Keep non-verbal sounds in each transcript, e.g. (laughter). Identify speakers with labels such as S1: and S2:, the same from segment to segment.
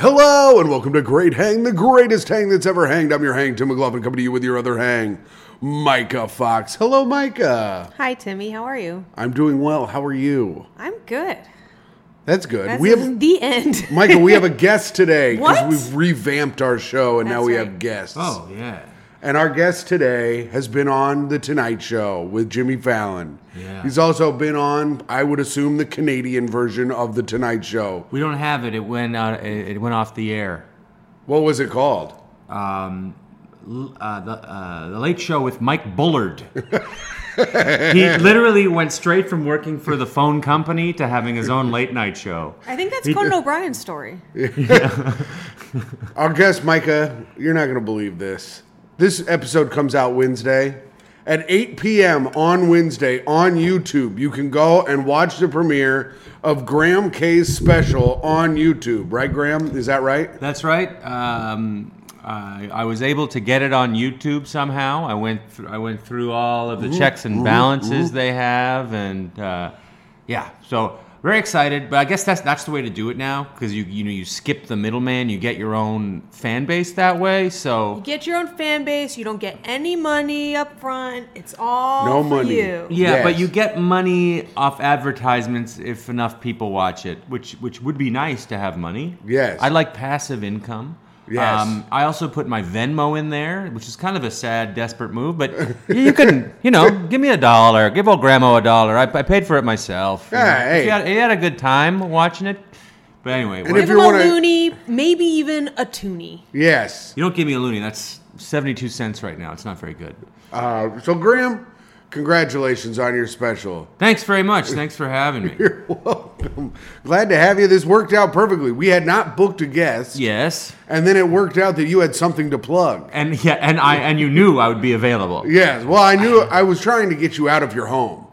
S1: Hello and welcome to Great Hang, the greatest hang that's ever hanged. I'm your hang, Tim McLaughlin, coming to you with your other hang, Micah Fox. Hello, Micah.
S2: Hi, Timmy. How are you?
S1: I'm doing well. How are you?
S2: I'm good.
S1: That's good.
S2: This
S1: we
S2: is
S1: have (laughs)
S2: the end.
S1: Micah. We
S2: (laughs)
S1: have a guest today
S2: What?
S1: we've revamped our show and now
S2: That's
S1: we
S2: right.
S1: have guests.
S3: Oh yeah.
S1: And our guest today has been on The Tonight Show with Jimmy Fallon.
S3: Yeah.
S1: He's also been on, I would assume, the Canadian version of The Tonight Show.
S3: We don't have it. It went out. It it went off the air. Um,
S1: What was it called?
S3: L- Uh, the, uh, the Late Show with Mike Bullard. he literally went straight from working for the phone company to having his own late night show.
S2: I think that's
S1: (laughs)
S2: Conan O'Brien's story.
S1: Our guest, Micah, you're not going to believe this. This episode comes out Wednesday. At 8 p.m. on Wednesday on YouTube, you can go and watch the premiere of Graham K's special on YouTube. Right, Graham? Is that right?
S3: That's right. Um, I, I was able to get it on YouTube somehow. I went. Th- I went through all of the checks and balances they have, and uh, yeah, so very excited. But I guess that's that's the way to do it now because you you know you skip the middleman, you get your own fan base that way. So
S2: Get your own fan base. You don't get any money up front. It's all
S1: No
S2: for
S1: money.
S2: you.
S3: Yeah, but
S1: Yes.
S3: you get money off advertisements if enough people watch it, which which would be nice to have money.
S1: Yes.
S3: I like passive income. Um,
S1: Yes.
S3: I also put my Venmo in there, which is kind of a sad, desperate move,
S1: (laughs)
S3: but you can, you know, give me a dollar, give old grandma a dollar. I, I paid for it myself. you know.
S1: Yeah, hey.
S3: She had, she had a good time watching it. But anyway, what-
S1: if
S2: Give
S1: you
S2: them a
S1: wanna-
S2: loony, maybe even a toonie.
S1: Yes.
S3: you don't give me a loony. That's 72 cents right now. It's not very good.
S1: Uh, so, Graham, congratulations on your special. (laughs)
S3: Thanks very much. Thanks for having me.
S1: You're welcome. Glad to have you. This worked out perfectly. We had not booked a guest,
S3: Yes.
S1: and then it worked out that you had something to plug.
S3: And yeah, and I and you knew I would be available.
S1: Yes. Well, I knew I was trying to get you out of your home.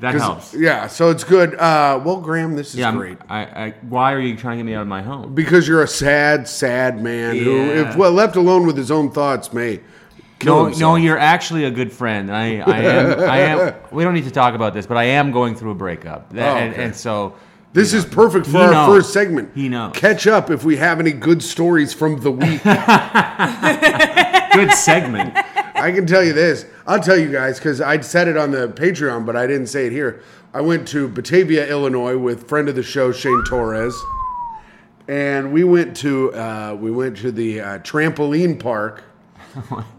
S3: That
S1: 'Cause-
S3: helps.
S1: Yeah, so it's good. Uh, well, Graham, this is
S3: Yeah, I'm-
S1: great
S3: I, I, why are you trying to get me out of my home?
S1: because you're a sad, sad man who,
S3: Yeah.
S1: if well, left alone with his own thoughts, may kill
S3: No, no,
S1: himself.
S3: you're actually a good friend. I, I am. I am. We don't need to talk about this, but I am going through a breakup, That-
S1: Oh,
S3: and,
S1: okay.
S3: and so
S1: This is perfect for
S3: He
S1: our
S3: knows.
S1: first segment.
S3: He knows.
S1: Catch up if we have any good stories from the week.
S3: good segment.
S1: I can tell you this. I'll tell you guys because I said it on the Patreon, but I didn't say it here. I went to Batavia, Illinois, with friend of the show Shane Torres, and we went to uh, we went to the uh, trampoline park,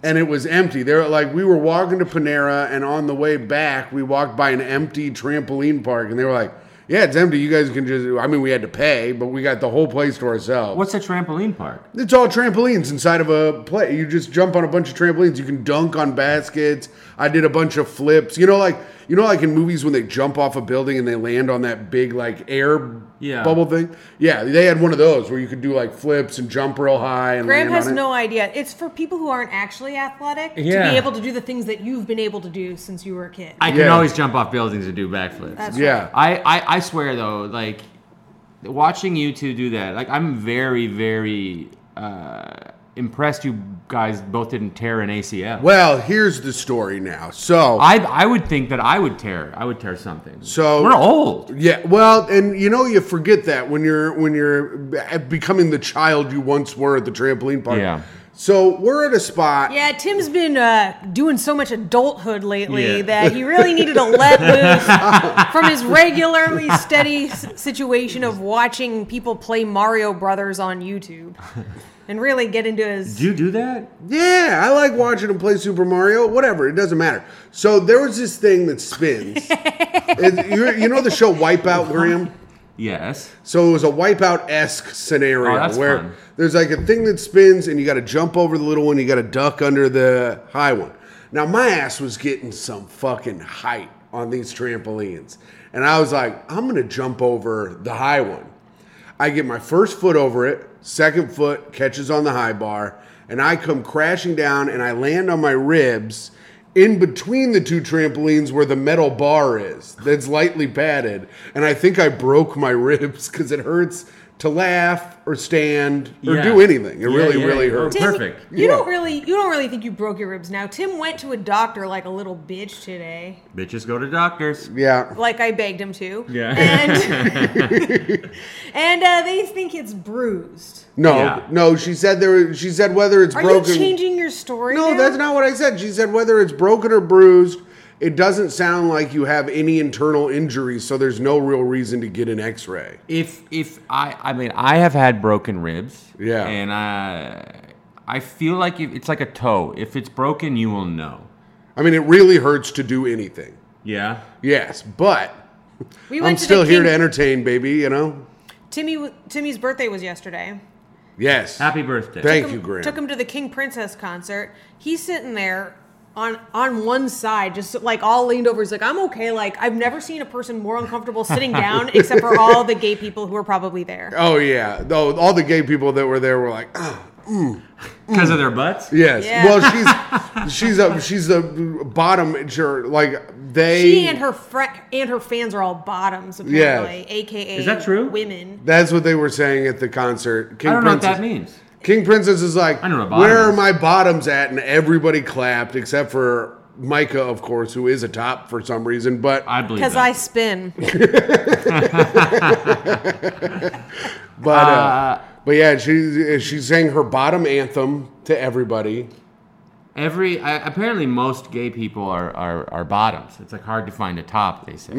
S1: and it was empty. There, like we were walking to Panera, and on the way back, we walked by an empty trampoline park, and they were like, "Yeah, it's empty. You guys can just." I mean, we had to pay, but we got the whole place to ourselves.
S3: What's a trampoline park?
S1: It's all trampolines inside of a play. You just jump on a bunch of trampolines. You can dunk on baskets. I did a bunch of flips. You know, like you know, like in movies when they jump off a building and they land on that big like air
S3: Yeah.
S1: bubble thing. Yeah, they had one of those where you could do like flips and jump real high. And
S2: Graham
S1: land
S2: has
S1: on it.
S2: no idea. It's for people who aren't actually athletic to
S3: Yeah.
S2: be able to do the things that you've been able to do since you were a kid.
S3: I can
S1: Yeah.
S3: always jump off buildings and do backflips.
S2: That's
S1: Yeah,
S3: I, I, I swear though, like watching you two do that, like I'm very, very uh, impressed. You guys both didn't tear an ACL.
S1: Well, here's the story now. So
S3: I I would think that I would tear. I would tear something.
S1: So-
S3: we're old.
S1: Yeah, well, and you know you forget that when you're when you're b- becoming the child you once were at the trampoline park.
S3: Yeah.
S1: So we're at a spot.
S2: Yeah, Tim's been uh, doing so much adulthood lately
S3: Yeah.
S2: that he really needed to
S1: (laughs)
S2: let loose from his regularly steady s- situation of watching people play Mario Brothers on YouTube and really get into his.
S3: you do that?
S1: Yeah, I like watching him play Super Mario. Whatever, it doesn't matter. So there was this thing that spins. It- you you know the show Wipeout, Graham?
S3: Yes.
S1: So it was a Wipeout esque scenario
S3: Oh, that's
S1: where
S3: fun.
S1: there's like a thing that spins, and you got to jump over the little one, you got to duck under the high one. Now my ass was getting some fucking height on these trampolines, and I was like, I'm gonna jump over the high one. I get my first foot over it, second foot catches on the high bar, and I come crashing down and I land on my ribs in between the two trampolines where the metal (laughs) bar is that's lightly padded. And I think I broke my ribs because it hurts to laugh or stand or
S3: Yeah.
S1: do anything. It
S3: Yeah,
S1: really,
S3: yeah.
S1: really
S3: Oh,
S1: hurt.
S3: Tim- Perfect.
S2: You don't
S1: Yeah.
S2: really, you don't really think you broke your ribs. Now Tim went to a doctor like a little bitch today,
S3: Bitches go to doctors.
S1: Yeah.
S2: like I begged him to.
S3: Yeah.
S1: (laughs)
S2: And, and uh, they think it's bruised.
S1: No,
S3: Yeah.
S1: no. She said there. She said whether it's
S2: Are
S1: broken.
S2: you changing your story?
S1: No,
S2: now?
S1: that's not what I said. She said whether it's broken or bruised, it doesn't sound like you have any internal injuries, so there's no real reason to get an X-ray.
S3: (laughs) If if I I mean I have had broken ribs.
S1: Yeah.
S3: And I I feel like if, it's like a toe. If it's broken, you will know.
S1: I mean, it really hurts to do anything.
S3: Yeah.
S1: Yes, but
S2: We
S1: I'm
S2: went to
S1: still
S2: the
S1: here
S2: King-
S1: to entertain, baby. You know.
S2: Timmy, w- Timmy's birthday was yesterday.
S1: Yes.
S3: Happy birthday.
S1: Thank
S2: took
S1: you,
S2: him,
S1: Graham.
S2: Took him to the King Princess concert. He's sitting there on on one side, just like all leaned over. He's like, "I'm okay." Like I've never seen a person more uncomfortable
S1: (laughs)
S2: sitting down, except for all the gay people who are probably there.
S1: Oh yeah. Though all the gay people that were there were like, "Ah,
S3: Because of their butts.
S1: yes.
S2: Yeah.
S1: Well, she's she's a she's a bottom. Sure, like they.
S2: She and her friend and her fans are all bottoms, apparently, aka
S3: Is that true?
S2: Women.
S1: That's what they were saying at the concert. King
S3: I don't know what
S1: Princess-
S3: that means.
S1: King Princess is like,
S3: I don't know what
S1: where
S3: bottom
S1: are
S3: is."
S1: my bottoms at? And everybody clapped except for Micah, of course, who is a top for some reason. But
S3: I believe
S2: Because
S3: that.
S2: I spin.
S1: but uh,
S3: Uh,
S1: but yeah, she she sang her bottom anthem to everybody. (laughs)
S3: Every I, apparently most gay people are, are are bottoms. It's like hard to find a top. They say.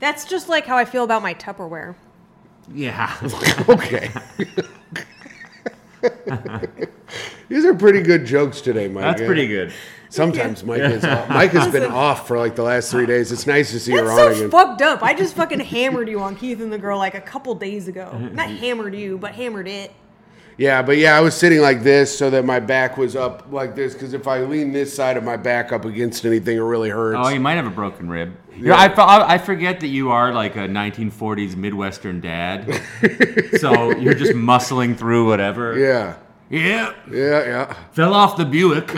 S2: That's just like how I feel about my Tupperware.
S3: Yeah.
S1: Okay. (laughs) These are pretty good jokes today, Mike.
S3: That's pretty good.
S1: Sometimes Mike is off. Mike has been off for like the last three days. It's nice to see
S2: That's
S1: her
S2: so
S1: on again.
S2: fucked up. I just fucking hammered you on Keith and the girl like a couple days
S3: (laughs)
S2: ago. Not hammered you, but hammered it.
S1: Yeah, but yeah, I was sitting like this so that my back was up like this because if I lean this side of my back up against anything, it really hurts.
S3: Oh, you might have a broken rib. You know, I, fo- I I forget that you are like a 1940s
S1: (laughs)
S3: Midwestern dad. so you're just muscling through whatever.
S1: yeah,
S3: Yeah.
S1: yeah, yeah.
S3: Fell off
S1: (laughs)
S3: the Buick.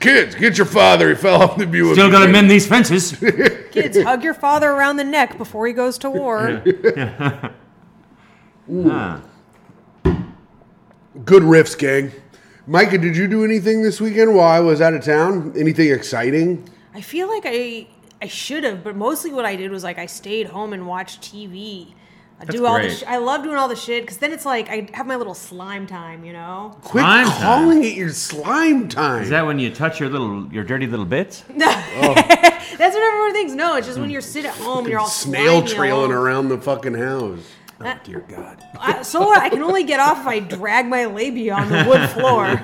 S1: Kids, get your father. He fell off the Buick.
S3: Still gotta mend these fences.
S1: (laughs)
S2: Kids, hug your father around the neck before he goes to war.
S3: Huh.
S1: Good riffs, gang. Micah, did you do anything this weekend while I was out of town? Anything exciting?
S2: I feel like I I should have, but mostly what I did was like I stayed home and watched TV. I do all the
S3: great.
S2: sh- I love doing all the shit because then it's like I have my little slime time, you know.
S1: Quit
S3: Slime time.
S1: calling it your slime time.
S3: Is that when you touch your little your dirty little bits?
S2: (laughs) That's what everyone thinks. No, it's just when you're sit at home, you're all
S1: Snail
S2: slimy
S1: trailing
S2: all-
S1: around the fucking house.
S2: Uh,
S1: Dear God.
S2: I, so what? I can only get off if I drag my labia on the wood floor.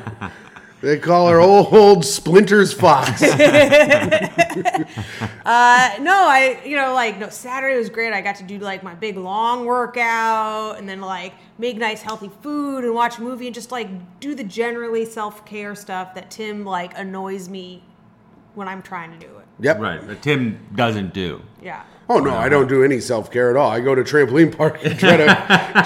S1: They call her old Splinters
S3: (laughs)
S1: Fox.
S2: Uh, no, I you know like no Saturday was great. I got to do like my big long workout and then like make nice healthy food and watch a movie and just like do the generally self care stuff that Tim like annoys me when I'm trying to do it.
S1: yep.
S3: Right. That Tim doesn't do.
S2: Yeah.
S1: Oh no, I don't do any self care at all. I go to trampoline park and try
S3: (laughs)
S1: to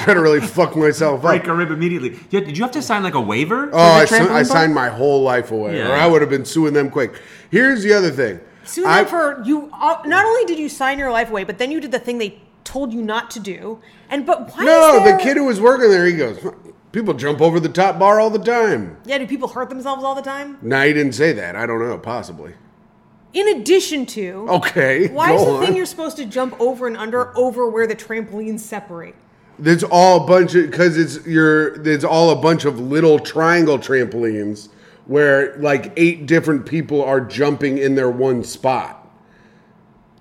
S1: try to really fuck myself
S3: Break
S1: up.
S3: a rib immediately. Yeah, did you have to sign like a waiver? for
S1: Oh, I,
S3: the
S1: si- I
S3: trampoline park?
S1: signed my whole life away,
S3: Yeah.
S1: or I would have been suing them quick. Here's the other thing.
S2: Soon
S1: I-
S2: after you, uh, not only did you sign your life away, but then you did the thing they told you not to do. And but why?
S1: No,
S2: is there,
S1: the kid who was working there, he goes. People jump over the top bar all the time.
S2: Yeah, do people hurt themselves all the time?
S1: Now he didn't say that. I don't know. Possibly.
S2: In addition to,
S1: Okay.
S2: why
S1: Oh, go
S2: is the
S1: on.
S2: thing you're supposed to jump over and under over where the trampolines separate?
S1: There's all a bunch of because it's your there's all a bunch of little triangle trampolines where like eight different people are jumping in their one spot.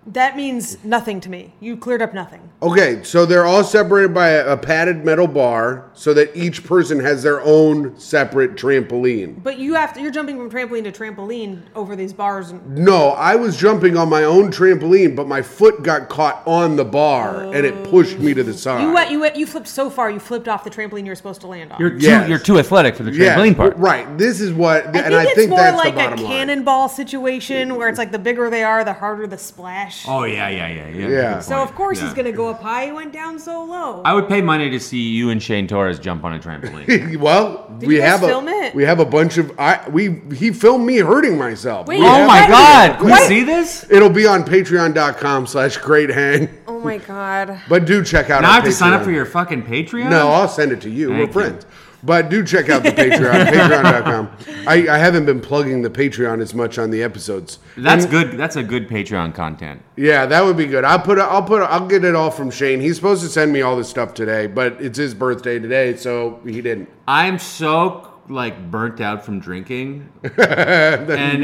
S2: That means nothing to me. You cleared up nothing.
S1: Okay, so they're all separated by a, a padded metal bar so that each person has their own separate trampoline.
S2: But you have to, you're jumping from trampoline to trampoline over these bars. And,
S1: No, I was jumping on my own trampoline, but my foot got caught on the bar and it pushed me to the side.
S2: you went, you went, you flipped so far, you flipped off the trampoline you were supposed to land on.
S3: You're too,
S1: Yes.
S3: you're too athletic for the
S1: Yeah,
S3: trampoline park.
S1: Right. This is what
S2: I
S1: and I
S2: think it's
S1: think
S2: more
S1: that's
S2: like
S1: the
S2: a
S1: bottom line.
S2: cannonball situation where it's like the bigger they are, the harder the splash. much.
S3: Oh yeah, yeah, yeah, yeah.
S1: Yeah.
S3: good
S2: so
S3: point.
S2: of course he's
S3: Yeah.
S2: going to go up high. He went down so low.
S3: I would pay money to see you and Shane Torres jump on a trampoline.
S1: (laughs) Well, we
S2: you guys
S1: have a
S2: film it?
S1: we have a bunch of I we he filmed me hurting myself.
S2: Wait,
S1: We
S2: Oh
S1: have-
S2: my God,
S3: Can we
S2: what?
S3: see this?
S1: It'll be on patreon.com slash great hang.
S2: oh my god.
S1: But do check out
S3: Now
S1: our
S3: I have to sign up
S1: Patreon.
S3: for your fucking Patreon.
S1: No, I'll send it to you.
S3: Thank
S1: We're
S3: you.
S1: friends. But do check out the
S3: (laughs)
S1: Patreon, patreon.com. I, I haven't been plugging the Patreon as much on the episodes.
S3: that's good. That's a good Patreon content.
S1: Yeah, that would be good. I'll put. A, I'll put. A, I'll get it all from Shane. He's supposed to send me all this stuff today, but it's his birthday today, so he didn't.
S3: I'm so like burnt out from drinking, and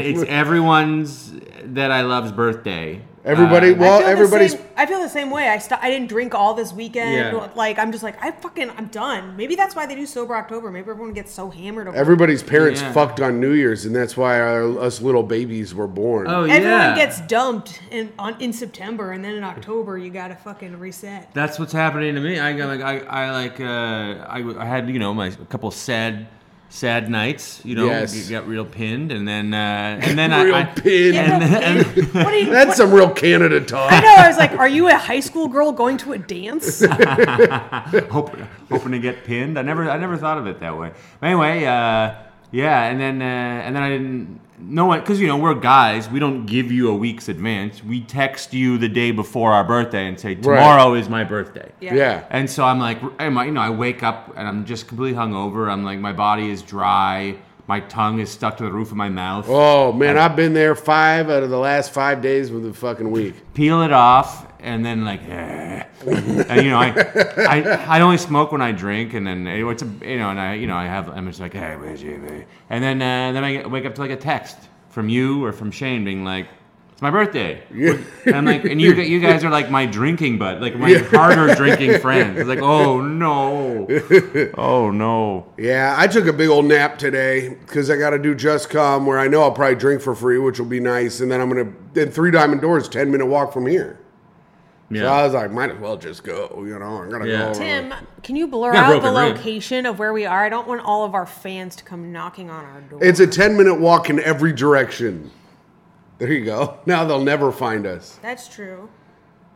S1: (laughs)
S3: it's everyone's that I love's birthday.
S1: Everybody.
S3: Uh,
S1: well,
S2: I feel the
S1: everybody's.
S2: same- I feel the same way. I st- I didn't drink all this weekend.
S3: Yeah.
S2: Like I'm just like I fucking I'm done. Maybe that's why they do sober October. Maybe everyone gets so hammered. Over
S1: Everybody's parents
S3: Yeah.
S1: fucked on New Year's, and that's why our, us little babies were born.
S3: oh
S2: Everyone
S3: yeah.
S2: gets dumped in on in September, and then in October you gotta
S1: (laughs)
S2: fucking reset.
S3: That's what's happening to me. I got like I, I like uh, I, w- I had you know my a couple sad sad nights. You know,
S1: Yes.
S3: you got real pinned, and then uh, and then
S1: Real
S3: I, I
S1: pinned.
S3: And, and,
S2: (laughs) what do you?
S1: That's
S2: what-
S1: some real Canada talk.
S3: (laughs)
S2: I know. I was like, are you a high school girl going to
S1: (laughs)
S2: a dance?
S3: hoping, hoping to get pinned. I never I never thought of it that way. But anyway, uh, yeah, and then uh, and then I didn't. No one, because you know we're guys. We don't give you a week's advance. We text you the day before our birthday and say tomorrow is my birthday.
S1: Yeah.
S3: And so I'm like, am I, you know, I wake up and I'm just completely hungover. I'm like, my body is dry. My tongue is stuck to the roof of my mouth.
S1: Oh man, I've been there five out of the last five days of the fucking week.
S3: Peel it off. And then like, eh. and you know, I, I I only smoke when I drink, and then it- it's a, you know, and I you know I have I'm just like, eh, hey, where's you, babe?" and then uh, then I get, wake up to like a text from you or from Shane being like, it's my birthday, and I'm like, and you g- you guys are like my drinking bud, like my harder drinking friends. It's like,
S1: (laughs)
S3: oh no, oh no.
S1: Yeah, I took a big old nap today because I got to do Just Come, where I know I'll probably drink for free, which will be nice. And then I'm gonna then Three Diamond Doors, ten minute walk from here. So I was like, might as well just go. You know, I'm gonna
S3: Yeah.
S1: go. over-
S2: Tim, can you blur
S3: Yeah,
S2: out the
S3: broken rib.
S2: location of where we are? I don't want all of our fans to come knocking on our door.
S1: It's a ten minute walk in every direction. There you go. (laughs) Now they'll never find us.
S2: That's true.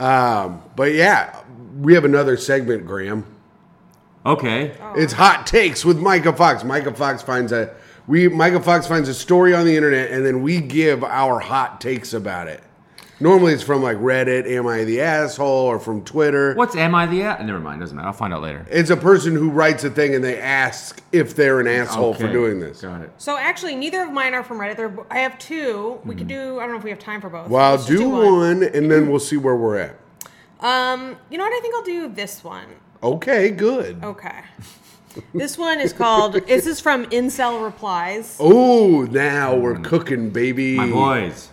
S1: Um, but yeah, we have another segment, Graham.
S3: Okay.
S1: It's hot takes with Micah Fox. Micah Fox finds a we Micah Fox finds a story on the internet and then we give our hot takes about it. Normally it's from like Reddit, Am I the Asshole, or from Twitter.
S3: What's am I the a- Never mind. Doesn't matter. I'll find out later.
S1: It's a person who writes a thing and they ask if they're an asshole for
S3: Okay.
S1: doing this.
S3: Got it.
S2: So actually, neither of mine are from Reddit. They're- I have two. We could do. I don't know if we have time for both.
S1: Hmm. Well,
S2: Let's just
S1: do one and then we'll see where we're at.
S2: Um, you know what? I think I'll do this one.
S1: Okay, good.
S2: Okay. this one is called. This is from Incel Replies,
S1: Oh, now we're cooking, baby.
S3: Mm. My boys.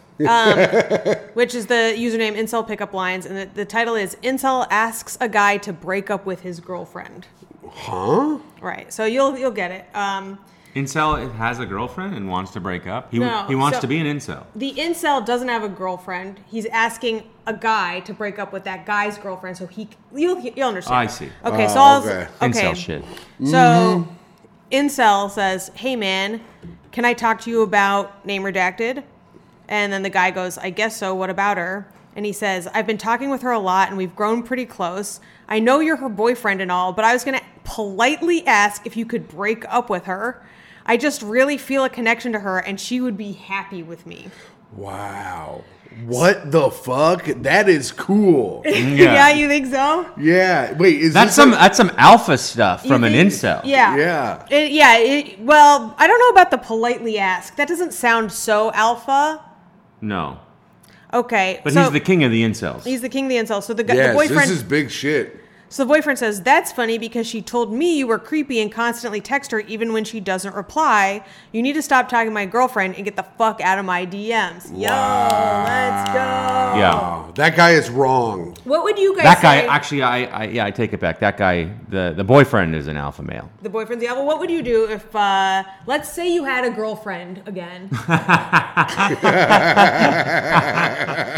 S2: which is the username Incel Pickup Lines, and the, the title is Incel asks a guy to break up with his girlfriend.
S1: Huh?
S2: Right. So you'll you'll get it. Um,
S3: Incel has a girlfriend and wants to break up. He,
S2: No,
S3: he wants
S2: so-
S3: to be an incel.
S2: the incel doesn't have a girlfriend. He's asking a guy to break up with that guy's girlfriend, so he you'll you'll understand.
S3: I see.
S2: Okay, so
S1: Oh,
S2: I'll,
S1: okay.
S2: okay.
S3: Incel shit. Mm-hmm.
S2: So, incel says, "Hey man, can I talk to you about name redacted?" And then the guy goes, "I guess so. What about her?" And he says, "I've been talking with her a lot, and we've grown pretty close. I know you're her boyfriend and all, but I was gonna politely ask if you could break up with her." I just really feel a connection to her, and she would be happy with me.
S1: Wow. What the fuck? That is
S3: (laughs)
S1: cool.
S3: Yeah.
S2: Yeah, you think so?
S1: yeah. Wait, is
S3: that's
S1: this
S3: some
S1: a-
S3: that's some alpha stuff
S2: You
S3: from an
S2: think-
S3: incel.
S2: Yeah.
S1: Yeah.
S2: It, yeah. It, well, I don't know about the politely ask. That doesn't sound so alpha.
S3: No.
S2: Okay.
S3: But
S2: so
S3: he's the king of the incels.
S2: he's the king of the incel. So the, gu-
S1: yes,
S2: the boyfriend.
S1: this is big shit.
S2: so the boyfriend says that's funny because she told me you were creepy and constantly text her even when she doesn't reply. You need to stop talking to my girlfriend and get the fuck out of my DMs. Yo, let's go.
S3: yeah.
S1: Oh, that guy is
S2: (laughs)
S1: wrong.
S2: What would you guys?
S3: That guy
S2: say-
S3: actually I, I yeah, I take it back. That guy the, the boyfriend is an alpha male.
S2: The boyfriend's the alpha. What would you do if, uh, let's say, you had a girlfriend again? (laughs)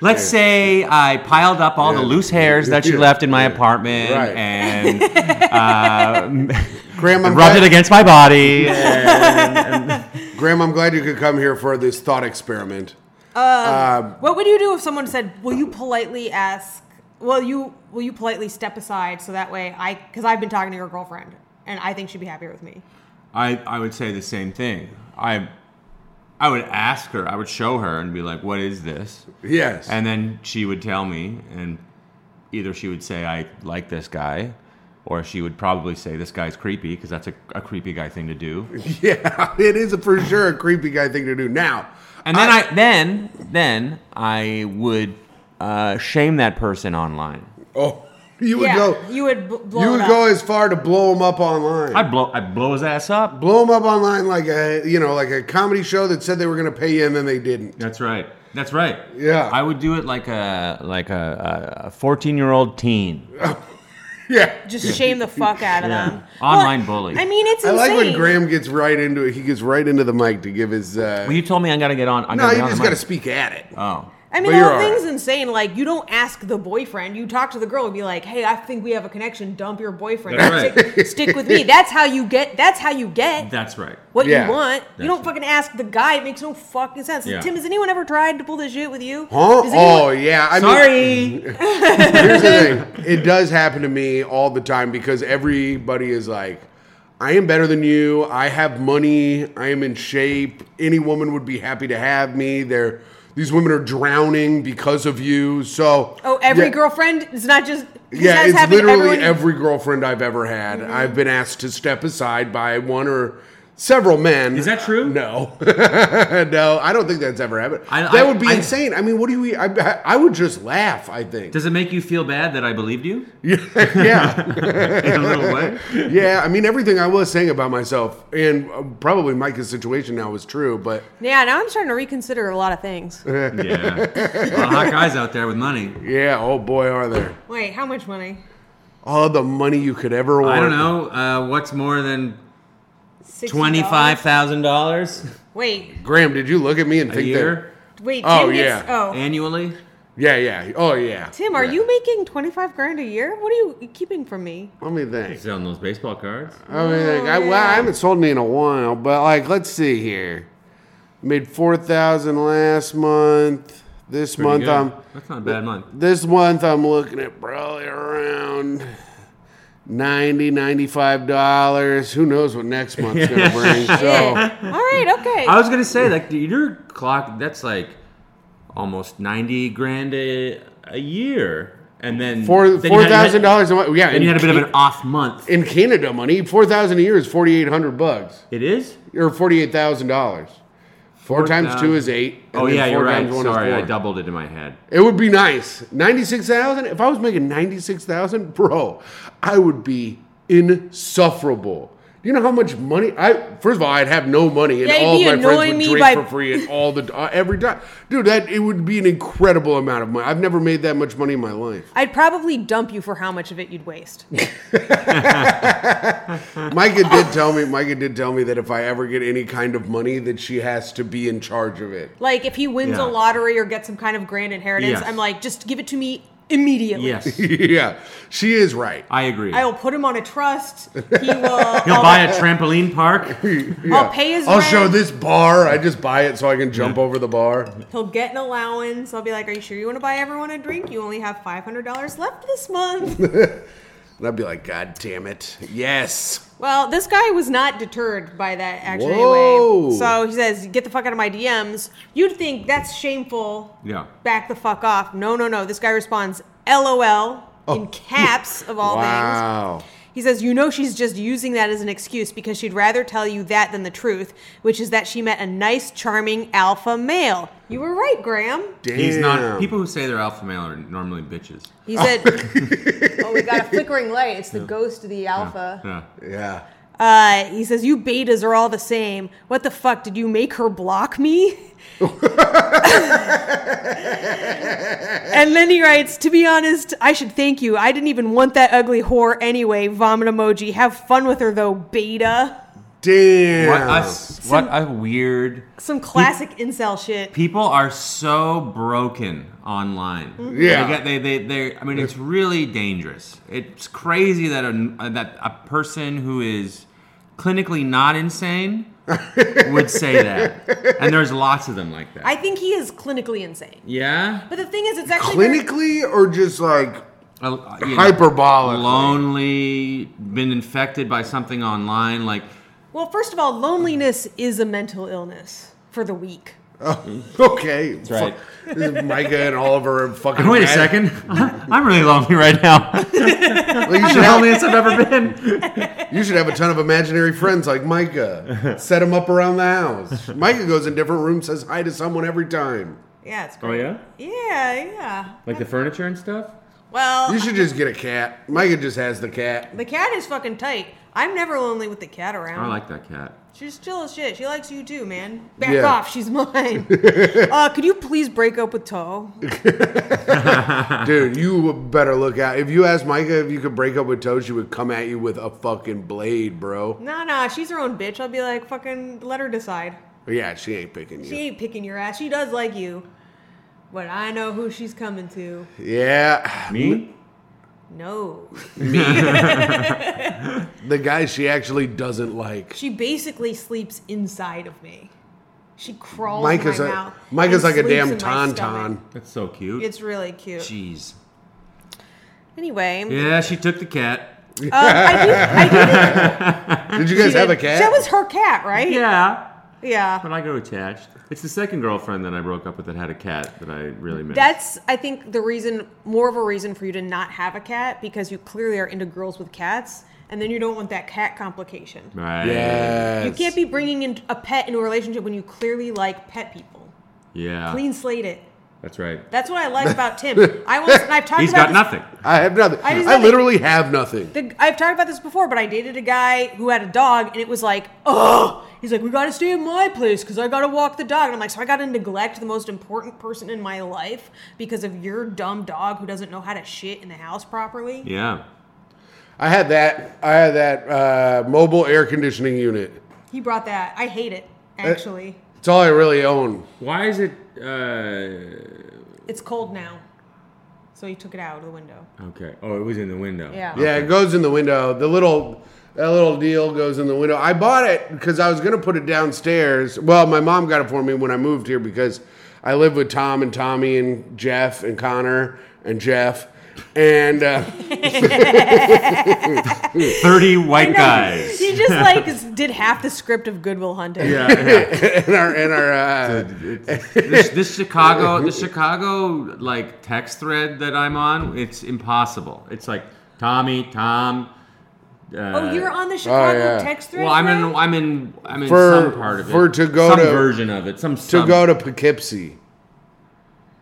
S3: Let's say I piled up all the
S1: Yeah.
S3: loose hairs that she
S1: Yeah.
S3: left in my apartment
S1: (laughs) Right.
S3: and
S1: Graham, I'm
S3: rubbed
S1: glad,
S3: it against my body.
S1: Graham, I'm glad you could come here for this thought experiment.
S2: What would you do if someone said, "Will you politely ask? Will you will you politely step aside so that way I because I've been talking to your girlfriend and I think she'd be happier with me."
S3: I, I would say the same thing. I I would ask her, I would show her and be like, What is this?
S1: Yes.
S3: And then she would tell me and either she would say I like this guy or she would probably say this guy's creepy because that's a, a creepy guy thing to do.
S1: (laughs) yeah, it is for sure a creepy guy thing to do. Now,
S3: And then I, then then I would uh, shame that person online.
S1: oh, you would
S2: yeah,
S1: go.
S2: you would bl- blow
S1: You
S2: it
S1: would
S2: up.
S1: go as far to blow him up online.
S3: I blow I blow his ass up.
S1: blow him up online like a you know like a comedy show that said they were going to pay you and then they didn't. (laughs)
S3: That's right. That's right.
S1: Yeah.
S3: I would do it like a like a a 14-year-old teen.
S1: Yeah.
S2: just shame the fuck out of them.
S3: Online
S2: Well,
S3: bully.
S2: I mean, it's
S1: I like
S2: insane.
S1: when Graham gets right into it. He gets right into the mic to give his. Uh,
S3: Well, you told me I got to get on I
S1: no,
S3: gotta
S1: you
S3: get on
S1: just
S3: the
S1: got to
S3: mic.
S1: speak at it.
S3: Oh.
S2: I
S1: But
S2: mean, the
S1: you're
S2: whole
S1: all
S2: thing's
S1: right.
S2: insane. Like, you don't ask the boyfriend. You talk to the girl and be like, "Hey, I think we have a connection. Dump your boyfriend.
S3: That's
S2: Stick, stick with me." That's how you get. That's how you get
S3: That's right.
S2: what
S1: Yeah.
S2: you want.
S3: That's
S2: you don't
S3: right.
S2: fucking ask the guy. It makes no fucking sense.
S3: Yeah.
S2: Tim, has anyone ever tried to pull this shit with you?
S1: Huh?
S2: Does anyone-
S1: Oh yeah. I
S3: Sorry.
S1: Mean, (laughs) here's the
S2: (laughs)
S1: thing. It does happen to me all the time because everybody is like, "I am better than you. I have money. I am in shape. Any woman would be happy to have me." They're these women are drowning because of you. So
S2: Oh, every
S1: Yeah.
S2: girlfriend. It's not just. 'cause
S1: Yeah,
S2: that's
S1: it's
S2: happened to
S1: literally
S2: everyone. Mm-hmm.
S1: every girlfriend I've ever had. I've been asked to step aside by one or several men.
S3: Is that true?
S1: No, (laughs) no, I don't think that's ever happened.
S3: I-
S1: that
S3: I-
S1: would be
S3: I-
S1: insane. I mean, what do we? I, I would just laugh. I think.
S3: Does it make you feel bad that I
S1: (laughs)
S3: believed you? (laughs)
S1: yeah,
S3: In a little way.
S1: yeah. I mean, everything I was saying about myself and uh, probably Micah's situation now is true, but
S2: Yeah, now I'm starting to reconsider a lot of things.
S1: Uh-huh.
S3: Yeah. A lot of hot guys out there with money.
S1: yeah. Oh boy, are there
S2: Wait, how much money?
S1: all the money you could ever want?
S3: I don't know. Uh, what's more than
S2: $60?
S3: twenty-five thousand dollars
S2: Wait,
S1: Graham, did you look at me and
S3: a
S1: think
S3: year
S2: wait. Tim
S1: Oh,
S2: gets-
S1: yeah.
S2: Oh.
S3: annually?
S1: that? Yeah, yeah. Oh yeah.
S2: Tim, are
S1: Yeah.
S2: you making 25 grand a year? What are you keeping from me?
S1: Let me think.
S3: Selling those baseball cards.
S1: I mean, like, I, well, I haven't sold any in a while, but like, let's see here. Made four thousand last month. This
S3: Pretty
S1: month um,
S3: good.
S1: I'm
S3: That's not a bad month.
S1: this month I'm looking at probably around 90 dollars. Who knows what next month's
S3: (laughs)
S1: gonna bring? So (laughs)
S2: All right, okay.
S3: I was gonna say like your clock. That's like almost ninety grand a, a year, and then
S1: four
S3: then you
S1: four
S3: had- you had-
S1: thousand dollars a month. Yeah,
S3: And you had a bit of an off month.
S1: in Canada money. Four thousand a year is forty eight hundred bucks
S3: It is.
S1: or forty eight thousand dollars. Four, times two
S3: 4,000.
S1: is eight. and
S3: Oh
S1: then
S3: yeah,
S1: four
S3: you're right.
S1: times one is
S3: Sorry, I
S1: four.
S3: doubled it in
S1: (laughs)
S3: my head.
S1: It would be nice. 96,000? If I was making 96,000, bro, I would be insufferable. Do you know how much money I first of all I'd have no money and
S2: Yeah, you'd
S1: all of
S2: be
S1: my friends
S2: annoying
S1: would
S2: me
S1: drink
S2: by-
S1: for free and all the uh, every time. Dude, that it would be an incredible amount of money. I've never made that much money in my life.
S2: I'd probably dump you for how much of it you'd waste.
S1: Micah did tell me Micah did tell me that if I ever get any kind of money that she has to be in charge of it. (laughs)
S2: like if he wins
S3: Yeah.
S2: a lottery or gets some kind of grand inheritance,
S3: Yes.
S2: I'm like, just give it to me immediately.
S3: Yes,
S1: yeah. She is right.
S3: I agree.
S2: I will put him on a
S1: (laughs)
S2: trust. He will. I'll,
S3: He'll buy a trampoline park.
S1: Yeah.
S2: pay his
S1: I'll show
S2: rent.
S1: this bar. I just buy it so I can jump over the bar.
S2: He'll get an allowance. I'll be like, are you sure you want to buy everyone a drink? You only have $500 left this month.
S1: And I'd be like, God damn it. Yes.
S2: well, this guy was not deterred by that action
S1: Whoa.
S2: anyway. So he says, get the fuck out of my DMs. You'd think that's shameful.
S3: Yeah.
S2: back the fuck off. No, no, no. This guy responds, LOL, in caps of all things.
S1: Oh. (laughs) Wow.
S2: He says, You know, she's just using that as an excuse because she'd rather tell you that than the truth, which is that she met a nice, charming alpha male. You were right, Graham.
S1: Damn.
S3: He's not. People who say they're alpha male are normally bitches.
S1: (laughs)
S2: He said, Oh, we got a flickering light. It's the ghost of the alpha.
S3: Yeah.
S1: Yeah.
S2: Uh, he says, You betas are all the same. What the fuck? Did you make her block me? and then he writes, To be honest, I should thank you. I didn't even want that ugly whore anyway. Vomit emoji. Have fun with her though, beta.
S1: Damn.
S3: What a s- what a weird.
S2: Some classic incel shit.
S3: People are so broken online.
S2: Mm-hmm.
S1: Yeah.
S3: They get they they they. I mean, it's really dangerous. It's crazy that a that a person who is clinically
S1: (laughs)
S3: not insane would say that. And there's lots of them like that.
S2: I think he is clinically insane.
S3: yeah?
S2: But the thing is, it's actually very-
S1: Clinically or just like
S3: A- a- you know,
S1: hyperbolic?
S3: Lonely, been infected by something online, like
S2: well. First of all, loneliness is a mental illness for the weak.
S1: okay. That's
S3: right.
S1: Micah and Oliver are fucking.
S3: wait a
S1: rad-
S3: second, (laughs) I'm really lonely right (laughs) now.
S1: Well,
S3: (laughs)
S1: you, should
S3: the
S1: have,
S3: loneliest I've ever been.
S1: you should have a ton of imaginary friends like
S3: (laughs)
S1: Micah. Set them up around the house. Micah goes in different rooms, says hi to someone every time.
S2: Yeah, it's
S3: Oh
S2: great.
S3: yeah,
S2: yeah, yeah.
S3: like the furniture and stuff.
S2: Well,
S1: You should just get a cat. Micah just has the cat.
S2: the cat is fucking tight. I'm never lonely with the cat around.
S3: I like that cat.
S2: She's chill as shit. She likes you too, man. Back
S1: Yeah.
S2: off. She's
S1: (laughs)
S2: mine. uh, could you please break up with Toe?
S1: Dude, you better look out. If you asked Micah if you could break up with Toe, she would come at you with a fucking blade, bro.
S2: Nah, nah. She's her own bitch. I'll be like, fucking let her decide.
S1: Yeah, she ain't picking you.
S2: She ain't picking your ass. She does like you. But I know who she's coming to.
S1: yeah.
S3: Me?
S2: No.
S1: The guy she actually doesn't like.
S2: She basically sleeps inside of me. She crawls
S1: Micah's
S2: in Oh my
S1: a,
S2: mouth.
S1: Micah's
S2: and
S1: like a
S2: sleeps
S1: damn
S2: in my
S1: tauntaun.
S2: stomach.
S3: That's so cute.
S2: It's really cute.
S3: Jeez.
S2: anyway,
S3: Yeah, she took the cat.
S2: um,
S1: (laughs)
S2: I do, I do think (laughs)
S1: Did you guys have a cat?
S2: that was her cat, right?
S3: Yeah.
S2: Yeah.
S3: But I got attached. It's the second girlfriend that I broke up with that had a cat that I really missed.
S2: That's, I think, the reason, more of a reason for you to not have a cat because you clearly are into girls with cats, and then you don't want that cat complication.
S3: right.
S1: yes.
S2: You can't be bringing in a pet into a relationship when you clearly like pet people.
S3: Yeah.
S2: Clean slate it.
S3: That's right.
S2: That's what I like
S3: (laughs)
S2: about Tim. I once, and I've talked
S3: He's
S2: about
S3: got
S2: this-
S3: nothing.
S1: I have nothing.
S2: I
S1: I,
S2: just-
S1: literally have nothing.
S2: The, I've talked about this before, but I dated a guy who had a dog, and it was like, oh, he's like, we gotta stay at my place because I gotta walk the dog. And I'm like, so I gotta neglect the most important person in my life because of your dumb dog who doesn't know how to shit in the house properly.
S3: Yeah.
S1: I had that. I had that uh, mobile air conditioning unit.
S2: He brought that. I hate it,
S1: Uh,
S2: actually.
S1: It's all I really own.
S3: Why is it? Uh,
S2: it's cold now. So he took it out of the window.
S3: okay. Oh, it was in the window.
S2: Yeah.
S1: Yeah, it goes in the window. The little that little deal goes in the window. I bought it because I was gonna put it downstairs. Well, my mom got it for me when I moved here because I live with Tom and Tommy and Jeff and Connor and Jeff and uh, (laughs)
S3: Thirty white guys. (laughs)
S2: He just like did half the script of Goodwill Hunting.
S3: yeah.
S1: and our and our. Uh,
S3: this, this
S1: (laughs)
S3: Chicago, the Chicago like text thread that I'm on, it's impossible. It's like Tommy, Tom. Uh,
S2: Oh, you were on the Chicago
S1: yeah.
S2: text thread?
S3: Well, I'm
S2: Brad?
S3: in. I'm in. I'm in
S1: For-
S3: some part of it.
S1: for to go
S3: some
S1: to-
S3: version of it. Some
S1: to go to Poughkeepsie.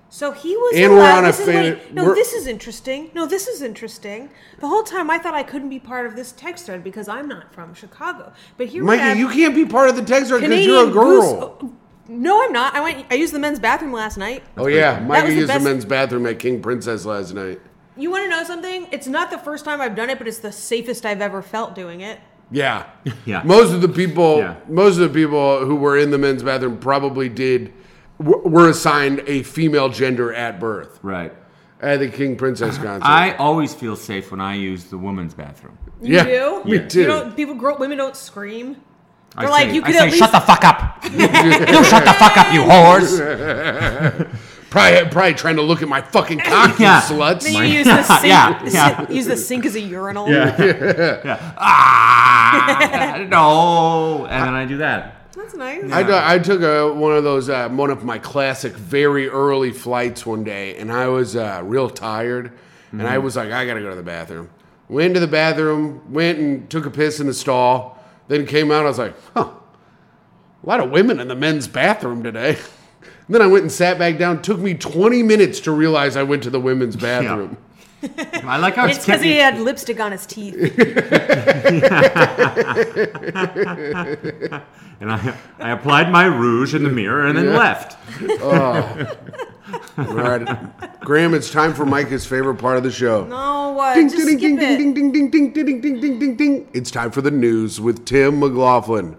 S2: So he was
S1: And
S2: allowed.
S1: we're on a
S2: this is
S1: fan-
S2: wait, no,
S1: we're-
S2: this is interesting. No, this is interesting. The whole time I thought I couldn't be part of this text thread because I'm not from Chicago. But here we
S1: Mikey,
S2: have
S1: you can't be part of the text thread because
S2: Canadian
S1: you're a girl.
S2: Goose. Oh, No, I'm not. I went. I used the men's bathroom last night.
S1: Oh yeah, Micah
S2: was the
S1: used the
S2: best-
S1: men's bathroom at King Princess last night.
S2: You want to know something? It's not the first time I've done it, but it's the safest I've ever felt doing it.
S1: Yeah,
S3: Yeah.
S1: Most of the people,
S3: Yeah.
S1: most of the people who were in the men's bathroom probably did w- were assigned a female gender at birth
S3: Right.
S1: at the King Princess concert.
S3: I always feel safe when I use the woman's bathroom.
S2: You
S1: Yeah,
S2: do?
S1: we
S2: You
S1: do.
S2: don't, people, girl, women don't scream.
S3: I
S2: They're like,
S3: say,
S2: you
S3: I
S2: could
S3: say,
S2: at least.
S3: shut the fuck up. (laughs) you shut the fuck up, you whores. (laughs)
S1: probably, probably trying to look at my fucking cock,
S3: Yeah.
S1: you sluts.
S2: then you use
S3: (laughs)
S2: the sink. (laughs)
S3: Yeah,
S2: the
S3: yeah.
S2: sink- Use the sink as a urinal.
S3: Ah, (laughs) no. And then I do that.
S2: That's nice.
S1: I, do- I took a, one of those uh, one of my classic very early flights one day, and I was uh, real tired, and I was like, I gotta go to the bathroom. Went to the bathroom, went and took a piss in the stall, then came out. I was like, huh, a lot of women in the men's bathroom today. (laughs) And then I went and sat back down. Took me 20 minutes to realize I went to the women's bathroom.
S3: I like how it's,
S2: It's because
S3: kept
S2: he uh,
S3: me-
S2: had lipstick on his teeth.
S1: (laughs)
S3: And I, I applied my rouge in the mirror and then left.
S1: All right, Graham, it's time for Micah's favorite part of the show.
S2: No, what?
S1: Ding,
S2: Uh, Just
S1: ding,
S2: skip
S1: ding,
S2: it.
S1: ding, ding, ding, ding, ding, ding, ding, ding, ding, ding. It's time for the news with Tim
S2: (laughs)
S1: McLaughlin.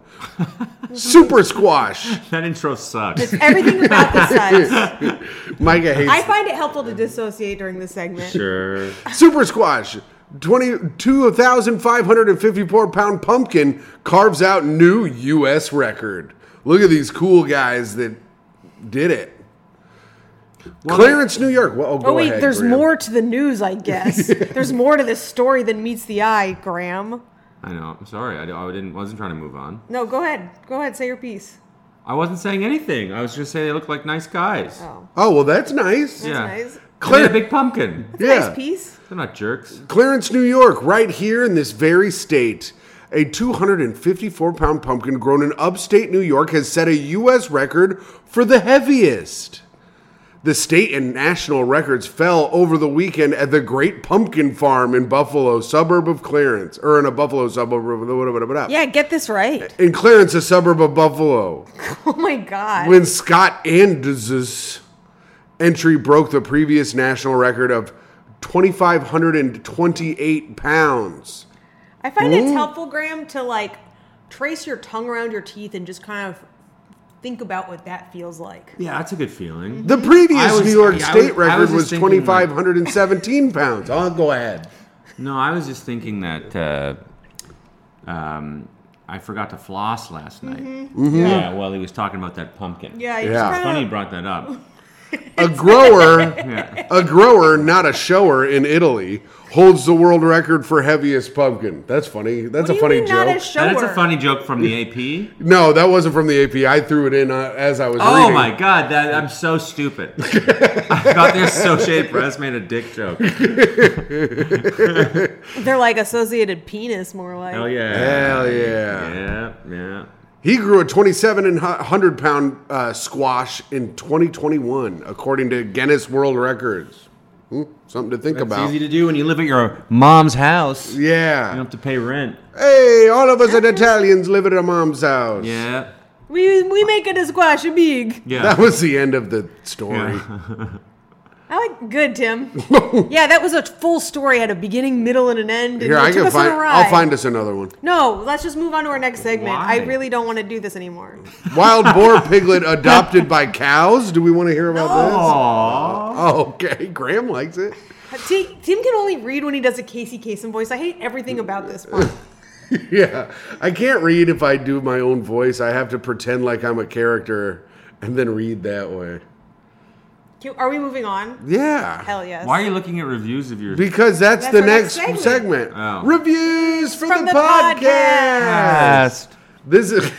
S1: Super squash.
S3: That intro sucks.
S2: Everything about this
S1: (laughs)
S2: sucks.
S1: Micah hates
S2: I find it helpful to dissociate during this segment.
S3: (laughs) sure.
S1: super squash. 22,554 pound pumpkin carves out new U.S. record. Look at these cool guys that did it. Clarence, New York. Well, oh, go
S2: Oh wait,
S1: ahead,
S2: there's
S1: Graham.
S2: more to the news,
S1: (laughs)
S2: I guess. there's more to this story than meets the eye, Graham.
S3: I know. I'm sorry. I, I didn't. Wasn't trying to move on.
S2: No, go ahead. Go ahead, say your piece.
S3: I wasn't saying anything. I was just saying they look like nice guys.
S2: Oh,
S1: Oh, well, that's nice.
S2: that's
S3: Yeah.
S2: nice.
S3: Clear
S1: Clear-
S3: a big pumpkin.
S1: Yeah.
S2: Nice piece.
S3: They're not jerks.
S1: Clarence, New York, right here in this very state. A 254 pound pumpkin grown in upstate New York has set a U.S. record for the heaviest. The state and national records fell over the weekend at the Great Pumpkin Farm in Buffalo, suburb of Clarence, or in a Buffalo suburb of
S2: Yeah, get this right.
S1: (laughs) In Clarence, a suburb of Buffalo
S2: Oh my god.
S1: when Scott Anders' entry broke the previous national record of 2,528 pounds.
S2: I find it's helpful, Graham, to like trace your tongue around your teeth and just kind of think about what that feels like.
S3: Yeah, that's a good feeling.
S1: The previous
S3: I was-
S1: New York
S3: yeah, I
S1: State
S3: was- I
S1: record
S3: was just
S1: was,
S3: thinking, like- (laughs)
S1: 2,517 pounds. I'll go ahead.
S3: No, I was just thinking that uh, um, I forgot to floss last night.
S1: Mm-hmm.
S3: Yeah, well, he was talking about that pumpkin.
S2: Mm-hmm. Yeah, you
S1: Yeah.
S2: just
S3: Funny
S2: kind
S3: he
S2: of
S3: brought
S2: (laughs)
S3: that up.
S1: A grower,
S3: Yeah.
S1: a grower, not a shower in Italy, holds the world record for heaviest pumpkin. That's funny. That's a funny joke.
S2: Not a shower.
S3: That's a funny joke from the AP.
S1: no, that wasn't from the AP. I threw it in uh, as I was
S3: Oh
S1: reading.
S3: my god, that I'm
S1: (laughs)
S3: so stupid. I thought the Associated Press made a dick joke.
S2: They're like associated penis, more like.
S3: Hell yeah.
S1: Hell yeah.
S3: Yeah, yeah.
S1: He grew a 27 and 100 pound uh, squash in 2021, according to Guinness World Records. Hmm, something to think
S3: It's
S1: about.
S3: easy to do when you live at your mom's house. You
S1: yeah.
S3: don't have to pay rent.
S1: Hey, all of us are Italians live at our mom's house.
S3: Yeah.
S2: We we make it a squash a big.
S3: Yeah.
S1: That was the end of the story.
S3: (laughs) Yeah.
S2: I like good Tim.
S1: (laughs)
S2: yeah, that was a full story. Had a beginning, middle, and an end. And
S1: Here,
S2: it
S1: I
S2: took
S1: can
S2: us on
S1: find.
S2: a ride.
S1: I'll find us another one.
S2: No, let's just move on to our next segment. I
S3: Why?
S2: really don't want to do this anymore.
S1: Wild boar piglet adopted by cows. Do we want to hear about this?
S3: Aww.
S1: Oh, okay. Graham likes it.
S2: T- Tim can only read when he does a Casey Kasem voice. I hate everything about this part.
S1: (laughs) Yeah, I can't read if I do my own voice. I have to pretend like I'm a character and then read that way.
S2: Can- Are we moving on?
S1: Yeah.
S2: Hell yes.
S3: Why are you looking at reviews of your
S1: Because that's,
S2: That's
S1: the
S2: our
S1: next
S2: next
S1: segment.
S2: segment.
S3: Oh.
S1: Reviews for
S2: From
S1: the,
S2: the
S1: podcast.
S3: podcast?
S1: This is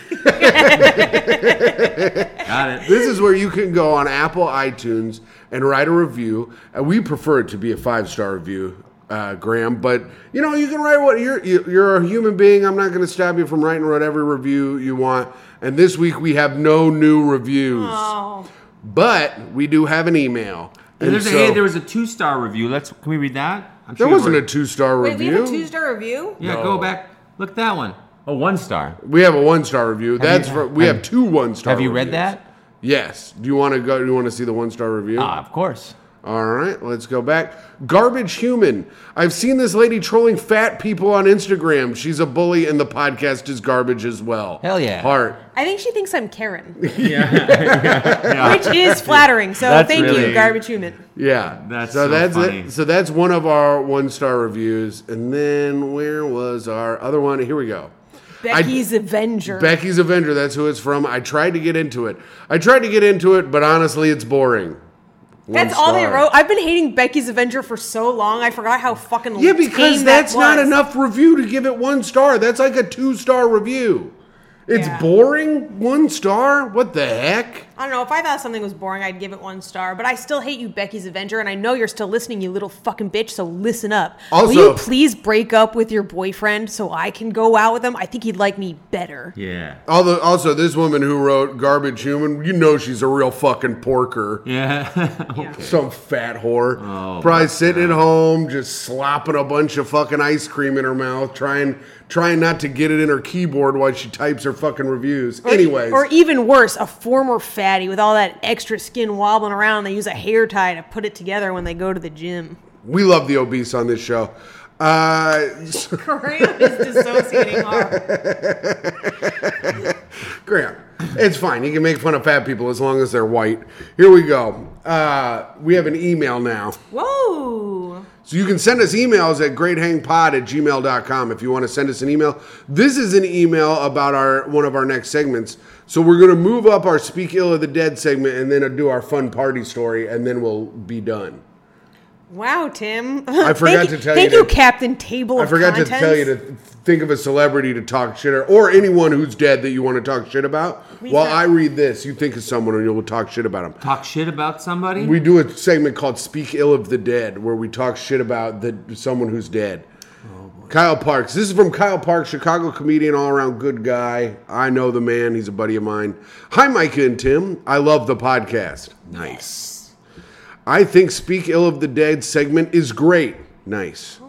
S1: (laughs)
S3: Got it.
S1: this is where you can go on Apple iTunes and write a review. And we prefer it to be a five star review, uh, Graham. But you know you can write what you're you- you're a human being. I'm not going to stop you from writing whatever review you want. And this week we have no new reviews,
S2: Oh,
S1: but we do have an email.
S3: And
S1: And
S3: there's a,
S1: so-
S3: hey, there was a two star review. Let's can we read that? I'm
S1: there
S3: sure
S1: wasn't
S3: we're-
S1: a two star
S2: wait, we
S1: review.
S2: have a Tuesday review.
S3: Yeah,
S1: No.
S3: go back. Look at that one. Oh, one star.
S1: We have a one star review. That's for, we have,
S3: have-
S1: two one star.
S3: Have you read that?
S1: Yes. Do you want to go? Do you want to see the one star review?
S3: Ah, of course.
S1: All right, let's go back. Garbage human. I've seen this lady trolling fat people on Instagram. She's a bully, and the podcast is garbage as well.
S3: Hell yeah.
S1: Heart.
S2: I think she thinks
S1: (laughs)
S2: I'm Karen,
S3: (laughs) Yeah.
S2: which is flattering. So
S3: That's
S2: thank you,
S3: really-
S2: garbage human.
S1: Yeah.
S3: That's so
S1: that's
S3: funny.
S1: It. So that's one of our one star reviews, and then where was our other one? Here we go. I-
S2: Becky's Avenger.
S1: Becky's Avenger. That's who it's from. I tried to get into it. I tried to get into it, but honestly, it's boring. One
S2: That's all they
S1: star.
S2: wrote. I've been hating Becky's Avenger for so long. I forgot how fucking
S1: Yeah, because
S2: tame
S1: that's
S2: that
S1: not
S2: was.
S1: enough review to give it one star. That's like a two star review. It's
S2: Yeah.
S1: boring. One star? What the heck?
S2: I don't know. If I thought something was boring, I'd give it one star. But I still hate you, Becky's Avenger, and I know you're still listening, you little fucking bitch. So listen up.
S1: Also-
S2: will you please break up with your boyfriend so I can go out with him? I think he'd like me better.
S3: yeah.
S1: Although, also, this woman who wrote Garbage Human, you know she's a real fucking porker.
S3: Yeah. (laughs)
S1: Some fat whore.
S3: Oh,
S1: Probably sitting at home, just slopping a bunch of fucking ice cream in her mouth, trying trying not to get it in her keyboard while she types her fucking reviews. Anyways.
S2: Or e- even worse, a former fatty with all that extra skin wobbling around. They use a hair tie to put it together when they go to
S1: (laughs)
S2: the gym.
S1: We love the obese on this show. Uh,
S2: Graham is dissociating hard.
S1: Graham. It's fine. You can make fun of fat people as long as they're white. Here we go. Uh, we have an email now.
S2: Whoa.
S1: So you can send us emails at greathangpod at gmail.com if you want to send us an email. This is an email about our one of our next segments. So we're going to move up our Speak Ill of the Dead segment and then do our fun party story, and then we'll be done.
S2: Wow, Tim.
S1: I forgot
S2: Thank
S1: to tell you
S2: Thank
S1: to-
S2: you, Captain Table.
S1: I
S2: of
S1: forgot to tell you
S2: Contents.
S1: to think of a celebrity to talk shit or, or anyone who's dead that you want to talk shit about.
S2: We
S1: While
S2: got-
S1: I read this, you think of someone and you'll talk shit about them.
S3: Talk shit about somebody?
S1: We do a segment called "Speak Ill of the Dead," where we talk shit about the someone who's dead. Kyle Parks. This is from Kyle Parks, Chicago comedian, all around good guy. I know the man. He's a buddy of mine. Hi, Micah and Tim. I love the podcast. Nice. I think "Speak Ill of the Dead" segment is great. Nice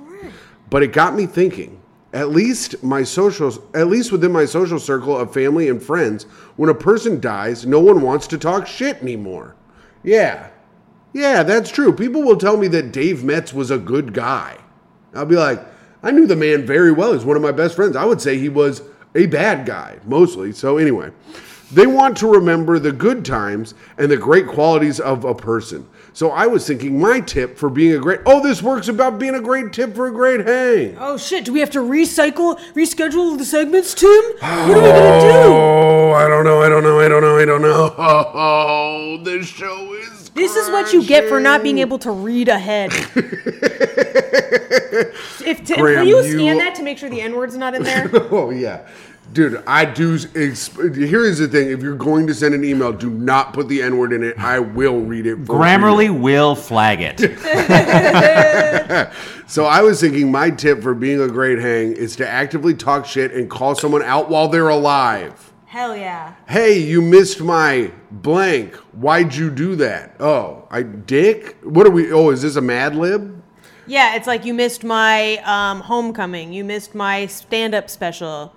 S1: but it got me thinking. At least my social, at least within my social circle of family and friends, when a person dies, no one wants to talk shit anymore. Yeah, yeah, that's true. People will tell me that Dave Metz was a good guy. I'll be like, I knew the man very well. He's one of my best friends. I would say he was a bad guy mostly. So anyway, they want to remember the good times and the great qualities of a person. So I was thinking my tip for being a great Oh, this works about being a great tip for a great hang.
S2: Oh shit! Do we have to recycle, reschedule the segments, Tim? What are we gonna do?
S1: (sighs) Oh, I don't know. I don't know. I don't know. I don't know. (laughs) Oh, this show is
S2: This is what you get for not being
S1: crashing.
S2: able to
S1: (laughs)
S2: read ahead. if t-
S1: Graham,
S2: will you
S1: you-
S2: scan that to make sure the N word's not in there?
S1: (laughs) Oh yeah, dude. I do. Exp- Here is the thing: if you're going to send an email, do not put the N word in it. I will read it. for you.
S3: (laughs) Grammarly will flag it.
S1: So I was thinking, my tip for being a great hang is to actively talk shit and call someone out while they're alive.
S2: Hell yeah!
S1: Hey, you missed my blank. Why'd you do that? Oh, I dick. What are we? Oh, is this a Mad Lib?
S2: Yeah, it's like you missed my um, homecoming. You missed my stand-up special.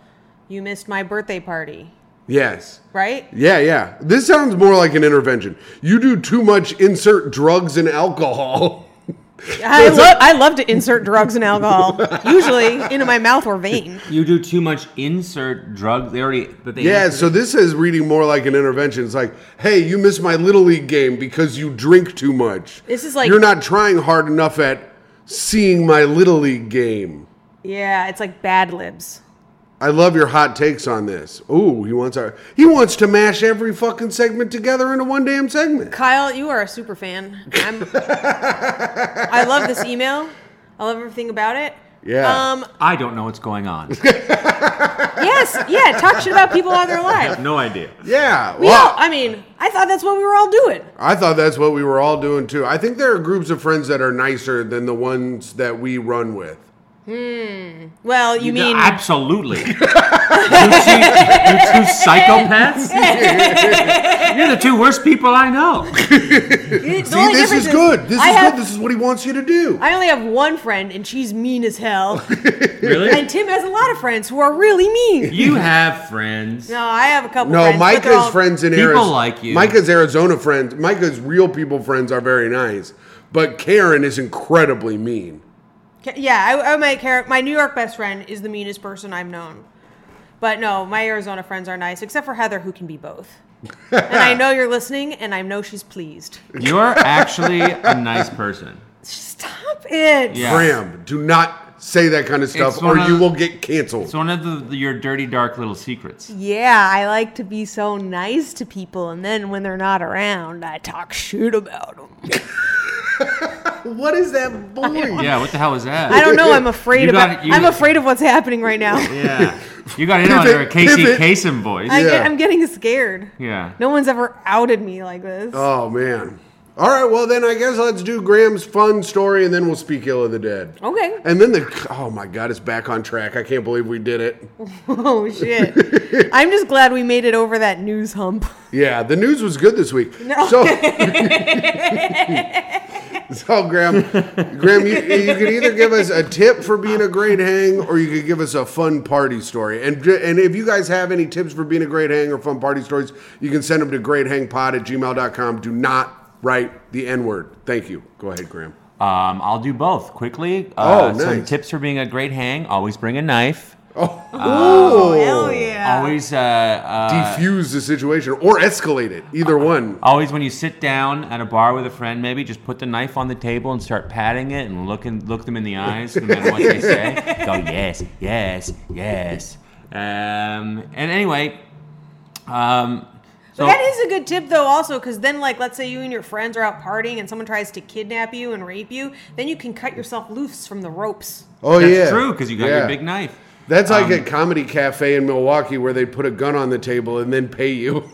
S2: You missed my birthday party.
S1: Yes.
S2: Right?
S1: Yeah, yeah. This sounds more like an intervention. You do too much. Insert drugs and alcohol. (laughs)
S2: I love I love to insert drugs and alcohol, usually into my mouth or vein.
S1: (laughs)
S3: You do too much insert drug. They already, but they
S1: Yeah, so this is reading more like an intervention. It's like, hey, you missed my little league game because you drink too much.
S2: This is like-
S1: you're not trying hard enough at seeing my little league game.
S2: Yeah, it's like bad libs.
S1: I love your hot takes on this. Ooh, he wants our he wants to mash every fucking segment together into one damn segment.
S2: Kyle, you are a super fan. I'm, I love this email. I love everything about it.
S1: Yeah.
S2: Um.
S3: I don't know what's going
S1: (laughs)
S3: on.
S2: Yes. Yeah. Talk shit about people while they're alive.
S3: No idea.
S1: Yeah.
S2: We
S1: well,
S2: all, I mean, I thought that's what we were all doing.
S1: I thought that's what we were all doing too. I think there are groups of friends that are nicer than the ones that we run with.
S2: Well, you
S1: (laughs)
S2: mean
S3: absolutely? you, two, you two
S2: (laughs)
S3: psychopaths. You're the two worst people I know.
S2: the
S1: See,
S2: only
S1: this
S2: difference
S1: is good. This
S2: I
S1: is
S2: have,
S1: good. This is what he wants you to do.
S2: I only have one friend, and she's mean
S1: (laughs)
S2: as hell.
S3: Really?
S2: and Tim has a lot of friends who are
S1: (laughs)
S2: really mean.
S3: You have friends.
S2: No, I have a couple.
S1: No,
S2: friends, but they're
S1: Micah's
S2: all-
S1: friends in
S3: People
S1: Arizona.
S3: like you.
S1: Micah's Arizona friends. Micah's real people friends are very nice, but Karen is incredibly mean.
S2: Ca- Yeah, I, I might care. My New York best friend is the meanest person I've known. But no, my Arizona friends are nice, except for Heather, who can be both. and I know you're listening, and I know she's pleased.
S3: You're actually a nice person.
S2: Stop it.
S3: Yeah.
S1: Graham, do not say that kind of stuff,
S3: It's
S1: or
S3: one of-
S1: you will get canceled.
S3: It's one of the, the- your dirty, dark little secrets.
S2: Yeah, I like to be so nice to people, and then when they're not around, I talk shit about them.
S1: what is
S3: (laughs)
S1: that boy?
S3: Yeah, what the hell is that?
S2: I don't know.
S3: (laughs)
S2: I'm afraid
S3: You
S2: about.
S3: got it, you-
S2: I'm afraid of what's happening right
S3: (laughs)
S2: now.
S3: Yeah. You got in on
S1: Pivot,
S3: your Casey
S1: pivot.
S3: Kasem voice.
S2: I
S1: Yeah.
S2: get, I'm getting scared.
S3: yeah.
S2: No one's ever outed me like this.
S1: Oh man. All right, well then I guess let's do Graham's fun story, and then we'll speak ill of the dead.
S2: Okay. (laughs)
S1: And then the oh my god, it's back on track. I can't believe we did it.
S2: Oh shit! I'm just glad we made it over that news hump. (laughs)
S1: Yeah, the news was good this week.
S2: No. (laughs)
S1: So, (laughs) so Graham, Graham, you, you could either give us a tip for being a great hang, or you could give us a fun party story. And ju- and if you guys have any tips for being a great hang or fun party stories, you can send them to greathangpod at gmail.com. Do not write the N word. Thank you. Go ahead, Graham.
S3: Um, I'll do both quickly.
S1: Oh,
S3: Some
S1: nice.
S3: tips for being a great hang: always bring a knife.
S1: Oh,
S2: Oh, hell yeah.
S3: Always, uh, uh,
S1: defuse the situation or escalate it. Either one.
S3: always when you sit down at a bar with a friend, maybe just put the knife on the table and start patting it and look in, look them in the eyes, no matter what
S1: (laughs)
S3: they say. Go yes, yes, yes. Um, and anyway, um, so
S2: But that is a good tip, though, also, because then, like, let's say you and your friends are out partying and someone tries to kidnap you and rape you, then you can cut yourself loose from the ropes.
S1: Oh
S3: that's
S1: yeah,
S3: true because you got
S1: Yeah.
S3: your big knife.
S1: That's like
S3: Um,
S1: a comedy cafe in Milwaukee where they put a gun on the table and then pay you.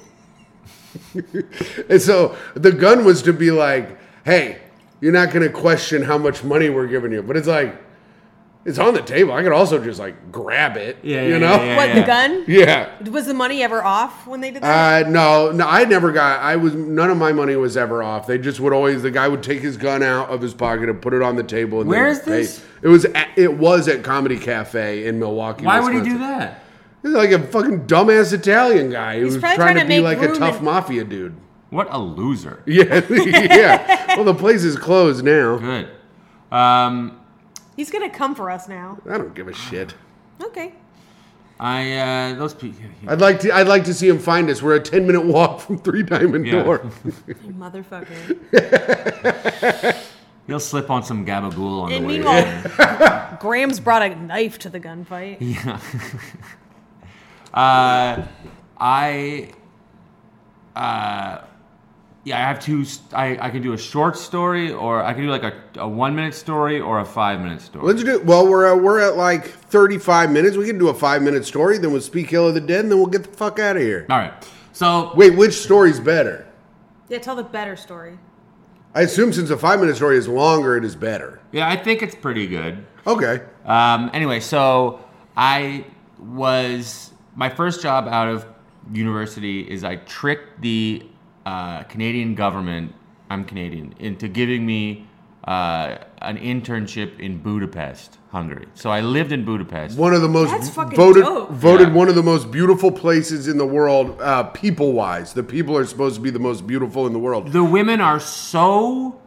S1: (laughs) and so the gun was to be like, hey, you're not going to question how much money we're giving you. But it's like, it's on the table. I could also just like grab it.
S3: Yeah,
S1: You
S3: yeah,
S1: know?
S3: yeah,
S2: what, the gun?
S1: (laughs) Yeah.
S2: Was the money ever off when they did that?
S1: Uh, no, no, I never got. I was none of my money was ever off. They just would always. The guy would take his gun out of his pocket and put it on the table. And
S3: Where
S1: then
S3: is
S1: pay.
S3: this?
S1: It was. At, it was at Comedy Cafe in Milwaukee.
S3: Why would he
S1: Wisconsin.
S3: do that?
S1: He's like a fucking dumbass Italian guy who's
S2: probably
S1: trying,
S2: trying
S1: to,
S2: to
S1: be
S2: make
S1: like a
S2: room
S1: tough
S2: and-
S1: mafia dude. (laughs)
S3: What a loser.
S1: Yeah, (laughs) yeah. Well, the place is closed now.
S3: Good. Um,
S2: He's going to come for us now.
S1: I don't give a shit.
S2: Okay.
S3: I uh, those people.
S1: I'd like to. I'd like to see him find us. We're a ten minute walk from Three Diamond
S3: Yeah.
S1: Door.
S2: You
S1: (laughs)
S2: motherfucker.
S3: He'll slip on some gabagool on the
S2: And
S3: way.
S2: meanwhile-
S3: in.
S1: (laughs)
S2: Graham's brought a knife to the gunfight.
S3: Mm. (laughs) Uh, I, uh, yeah, I have two. st- I, I can do a short story, or I can do like a, a one minute story, or a five minute story.
S1: Let's do. Well, we're at, we're at like thirty five minutes. We can do a five minute story. Then we'll speak ill of the dead. and Then we'll get the fuck out of here.
S3: All right. So
S1: Wait, which story's better?
S2: Yeah, tell the better story.
S1: I assume since a five minute story is longer, it is better.
S3: yeah, I think it's pretty good.
S1: Okay.
S3: Um, anyway, so I was my first job out of university is I tricked the uh, Canadian government. I'm Canadian into giving me uh, an internship in Budapest, Hungary. So I lived in Budapest.
S1: One of the most
S2: That's fucking
S1: voted
S2: dope.
S1: voted
S3: Yeah.
S1: one of the most beautiful places in the world, uh, people wise. The people are supposed to be the most beautiful in the world.
S3: The women are so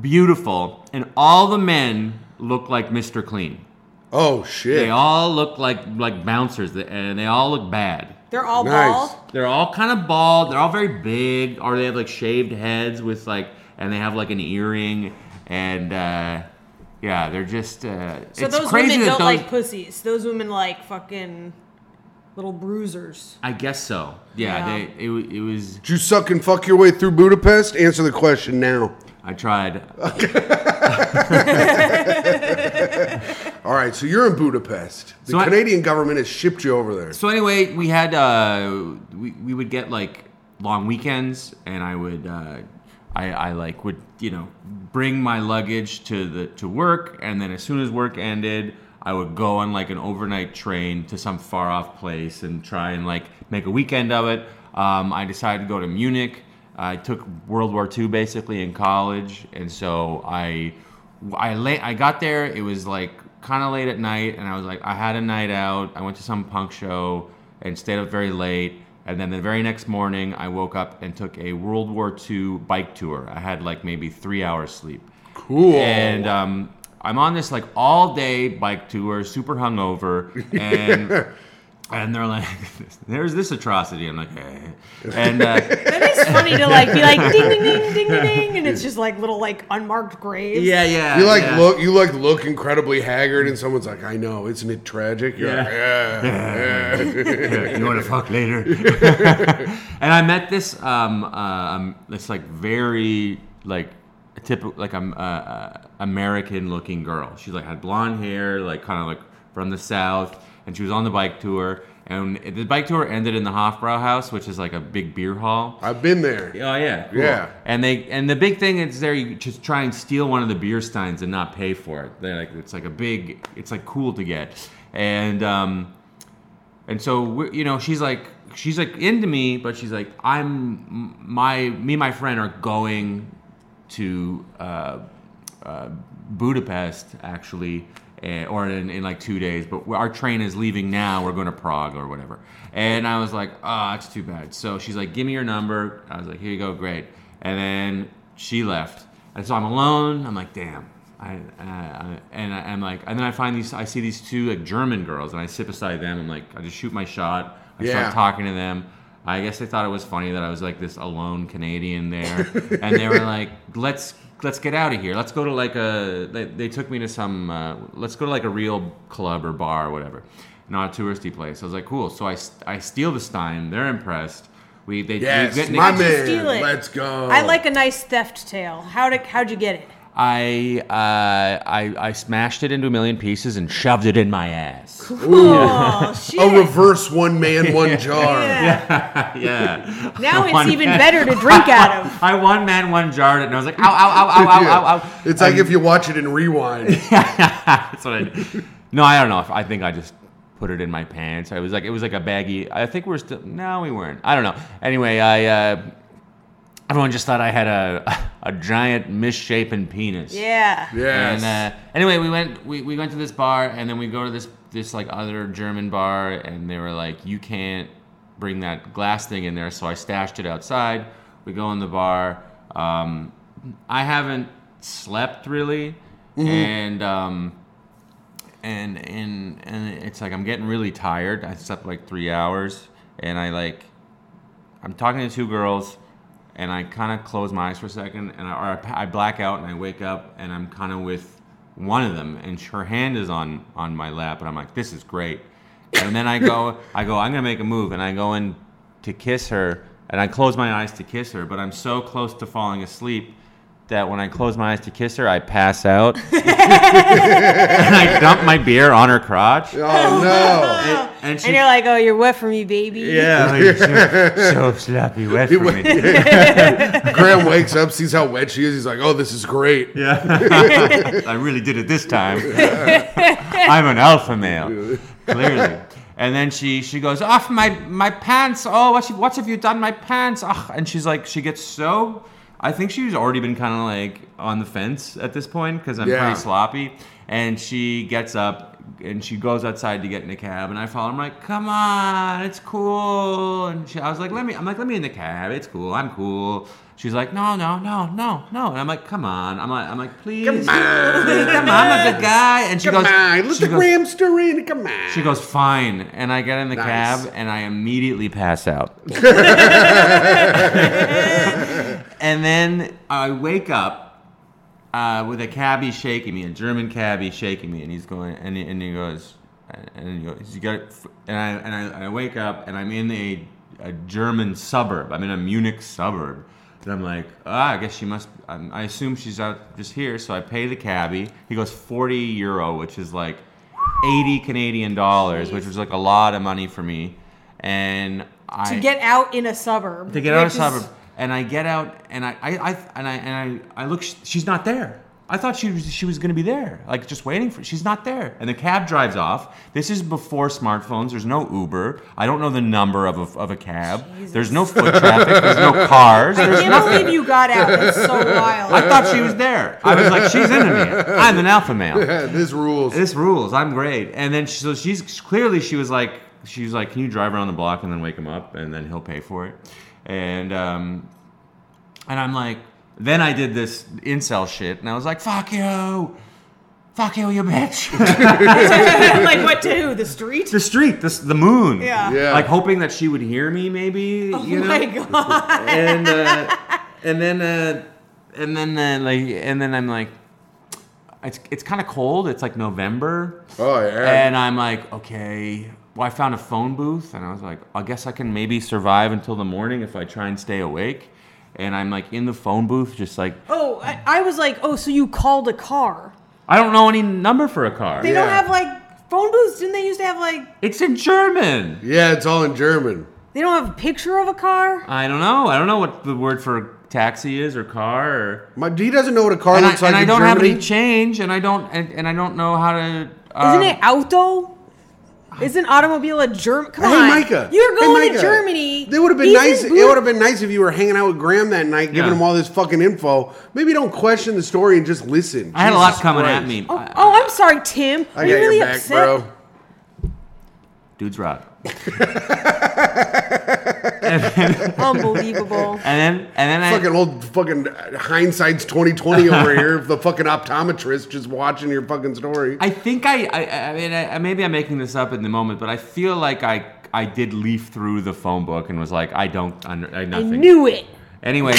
S3: beautiful, and all the men look like Mr. Clean.
S1: Oh shit!
S3: They all look like like bouncers, and they all look bad.
S2: They're all
S1: Nice.
S2: bald.
S3: They're all kind of bald. They're all very big, or they have like shaved heads with like, and they have like an earring, and uh, yeah, they're just. Uh,
S2: So
S3: it's
S2: those
S3: crazy
S2: women don't
S3: that those,
S2: like pussies. Those women like fucking little bruisers.
S3: I guess so. Yeah,
S2: Yeah.
S3: They, it, wa- it was.
S1: Did you suck and fuck your way through Budapest? Answer the question now.
S3: I tried.
S1: All right, so you're in Budapest. The
S3: So I-
S1: Canadian government has shipped you over there.
S3: So anyway, we had uh, we we would get like long weekends, and I would uh, I I like would you know bring my luggage to the to work, and then as soon as work ended, I would go on like an overnight train to some far off place and try and like make a weekend of it. Um, I decided to go to Munich. I took World War II basically in college, and so I I late, I got there. It was like kind of late at night, and I was like, I had a night out. I went to some punk show and stayed up very late. And then the very next morning, I woke up and took a World War II bike tour. I had like maybe three hours sleep.
S1: Cool.
S3: And um, I'm on this like all day bike tour, super hungover,
S1: (laughs)
S3: and and they're like, (laughs) "There's this atrocity." I'm like, eh.
S1: (laughs)
S3: and uh,
S2: That is funny to like be like ding ding ding ding ding ding, and it's just like little like unmarked graves.
S3: yeah, yeah.
S1: You like
S3: yeah.
S1: look you like look incredibly haggard and someone's like, I know, isn't it tragic? You're like, yeah. yeah. (laughs)
S3: (laughs) you want to fuck later? and I met this um, um this like very like typical like um, uh, uh, American looking girl. She's like had blonde hair, like kind of like from the south, and she was on the bike tour. And the bike tour ended in the Hofbrauhaus, which is like a big beer hall.
S1: I've been there.
S3: Oh yeah, cool.
S1: Yeah.
S3: And they and the big thing is there you just try and steal one of the beer steins and not pay for it. They're like it's like a big, it's like cool to get, and um, and so we're, you know she's like she's like into me, but she's like I'm my me and my friend are going to uh, uh, Budapest actually. eh, Or in, in like two days, but our train is leaving now. We're going to Prague or whatever. And I was like, ah, it's too bad. So she's like, give me your number. I was like, here you go, great. And then she left. And so I'm alone. I'm like, damn. I, uh, I- and I, I'm like, and then I find these, I see these two like German girls, and I sit beside them. I'm like, I just shoot my shot. I
S1: Yeah.
S3: start talking to them. I guess they thought it was funny that I was like this alone Canadian
S1: (laughs)
S3: there, and they were like, let's let's get out of here. Let's go to like a. They, they took me to some. Uh, let's go to like a real club or bar or whatever, not a touristy place. I was like, cool. So I, st- I steal the Stein. They're impressed. We they we
S1: Yes,
S3: get-
S1: my
S3: they-
S1: man.
S2: Steal it.
S1: Let's go.
S2: I like a nice theft tale. How'd, it- how'd you get it?
S3: I, uh, I I smashed it into a million pieces and shoved it in my ass.
S1: (laughs)
S3: (laughs)
S2: Oh, shit.
S1: a reverse one man, one jar.
S2: Yeah.
S3: yeah.
S2: Now
S3: One
S2: it's even
S3: man-
S2: better to drink out
S3: (laughs)
S2: of.
S3: I one man one jarred it and I was like ow ow ow ow ow
S1: (laughs) Yeah.
S3: ow ow.
S1: It's like if you watch it in rewind.
S3: uh, (laughs) That's what I did. No, I don't know. If, I think I just put it in my pants. I was like it was like a baggy. I think we're still no, we weren't. I don't know. Anyway, I uh, everyone just thought I had a (laughs) a giant misshapen penis.
S2: Yeah.
S1: Yes.
S3: (laughs) And uh, anyway, we went we, we went to this bar, and then we go to this this like other German bar, and they were like, "You can't bring that glass thing in there." So I stashed it outside. We go in the bar. Um, I haven't slept really, and um, and and and it's like I'm getting really tired. I slept like three hours, and I like I'm talking to two girls, and I kind of close my eyes for a second, and I, or I, pa- I black out, and I wake up, and I'm kind of with one of them, and her hand is on on my lap, and I'm like, this is great, and then I go, I go, I'm gonna make a move, and I go in to kiss her, and I close my eyes to kiss her, but I'm so close to falling asleep. That when I close my eyes to kiss her, I pass out. and I dump my beer on her crotch.
S1: oh
S3: And, and she
S2: And you're like, oh, you're wet for me, baby.
S3: yeah, like, so, so sloppy wet for
S1: went-
S3: me.
S1: no! Graham wakes up, sees how wet she is. He's like, "Oh, this is great."
S3: I really did it this time. I'm an alpha male, clearly. And then she she goes, off my my pants. Oh, what she, what have you done my pants? Ugh. And she's like, she gets so. I think she's already been kind of like on the fence at this point because I'm
S1: Yeah.
S3: pretty sloppy. And she gets up and she goes outside to get in the cab. And I follow. her. I'm like, come on, it's cool. And she, I was like, let me. I'm like, let me in the cab. It's cool. I'm cool. She's like, no, no, no, no, no. And I'm like, come on. I'm like, I'm like, please.
S1: Ah.
S3: Come on, I'm a good guy. And she
S1: Come
S3: goes,
S1: on, let
S3: she
S1: the
S3: goes,
S1: Gramster in. Come on.
S3: she goes, fine. And I get in the
S1: Nice.
S3: cab and I immediately
S1: (laughs)
S3: pass out. and then I wake up uh, with a cabbie shaking me, a German cabbie shaking me, and he's going, and he, and he goes, and he goes, you got, it f-" and I and I, I wake up and I'm in a, a German suburb. I'm in a Munich suburb. And I'm like, ah, I guess she must. I'm, I assume she's out just here. So I pay the cabbie. He goes 40 euro, which is like 80 Canadian dollars, which was like a lot of money for me. And I
S2: To get out in a suburb.
S3: to get out of
S2: which is-
S3: suburb. And I get out, and I, I, I and I, and I, I look. sh- She's not there. I thought she was, she was going to be there, like just waiting for. She's not there. And the cab drives off. This is before smartphones. There's no Uber. I don't know the number of a, of a cab. There's no foot traffic. There's no
S2: (laughs)
S3: cars.
S2: I
S3: There's
S2: can't
S3: nothing.
S2: believe you got out. That's so wild.
S3: (laughs) I thought she was there. I was like, she's into me. I'm an alpha male
S1: Yeah, this rules.
S3: this rules. I'm great. And then she, so she's clearly she was like she was like, can you drive around the block and then wake him up and then he'll pay for it, and um, and I'm like, then I did this incel shit and I was like, fuck you, fuck you, you bitch.
S2: (laughs) like, what to who? The street?
S3: the street, this the moon.
S2: Yeah.
S1: Yeah.
S3: Like hoping that she would hear me, maybe.
S2: (laughs) Oh
S3: you know?
S2: my god. (laughs)
S3: and uh, and then uh, and then uh, like and then I'm like, it's it's kind of cold. It's like November.
S1: oh yeah.
S3: And I'm like, okay. Well, I found a phone booth, and I was like, I guess I can maybe survive until the morning if I try and stay awake. And I'm like in the phone booth, just like
S2: Oh, I, I was like, oh, so you called a car.
S3: I don't know any number for a car.
S2: They don't
S1: Yeah.
S2: have like phone booths. Didn't they used to have like,
S3: It's in German.
S1: yeah, it's all in German.
S2: they don't have a picture of a car?
S3: I don't know. I don't know what the word for taxi is or car or.
S1: My, he doesn't know what a car
S3: And I,
S1: looks like
S3: and I
S1: in
S3: don't have
S1: Germany.
S3: any change, and I don't and, and I don't know how to. Um,
S2: Isn't it auto? Isn't automobile a German? Come
S1: Hey
S2: on,
S1: Micah,
S2: You're
S1: Hey,
S2: going to
S1: Micah.
S2: Germany.
S1: They would have been
S2: He's
S1: nice.
S2: in
S1: It
S2: Bud-
S1: would have been nice if you were hanging out with Graham that night, giving
S3: Yeah.
S1: him all this fucking info. Maybe don't question the story and just listen.
S3: I had a lot
S1: Jesus
S3: coming
S1: Christ.
S3: at me.
S2: Oh, oh, I'm sorry, Tim.
S1: I
S2: Are
S1: got
S2: you really
S1: your back,
S2: upset?
S1: bro.
S3: dudes rock. and then,
S1: (laughs)
S2: (laughs) Unbelievable.
S3: and then, and then I,
S1: fucking old fucking hindsight's
S3: (laughs)
S1: 2020 over here. The fucking optometrist just watching your fucking story.
S3: I think I, I, I mean, I, maybe I'm making this up in the moment, but I feel like I, I did leaf through the phone book and was like, I don't under, I,
S2: I
S3: nothing.
S2: knew it.
S3: Anyway,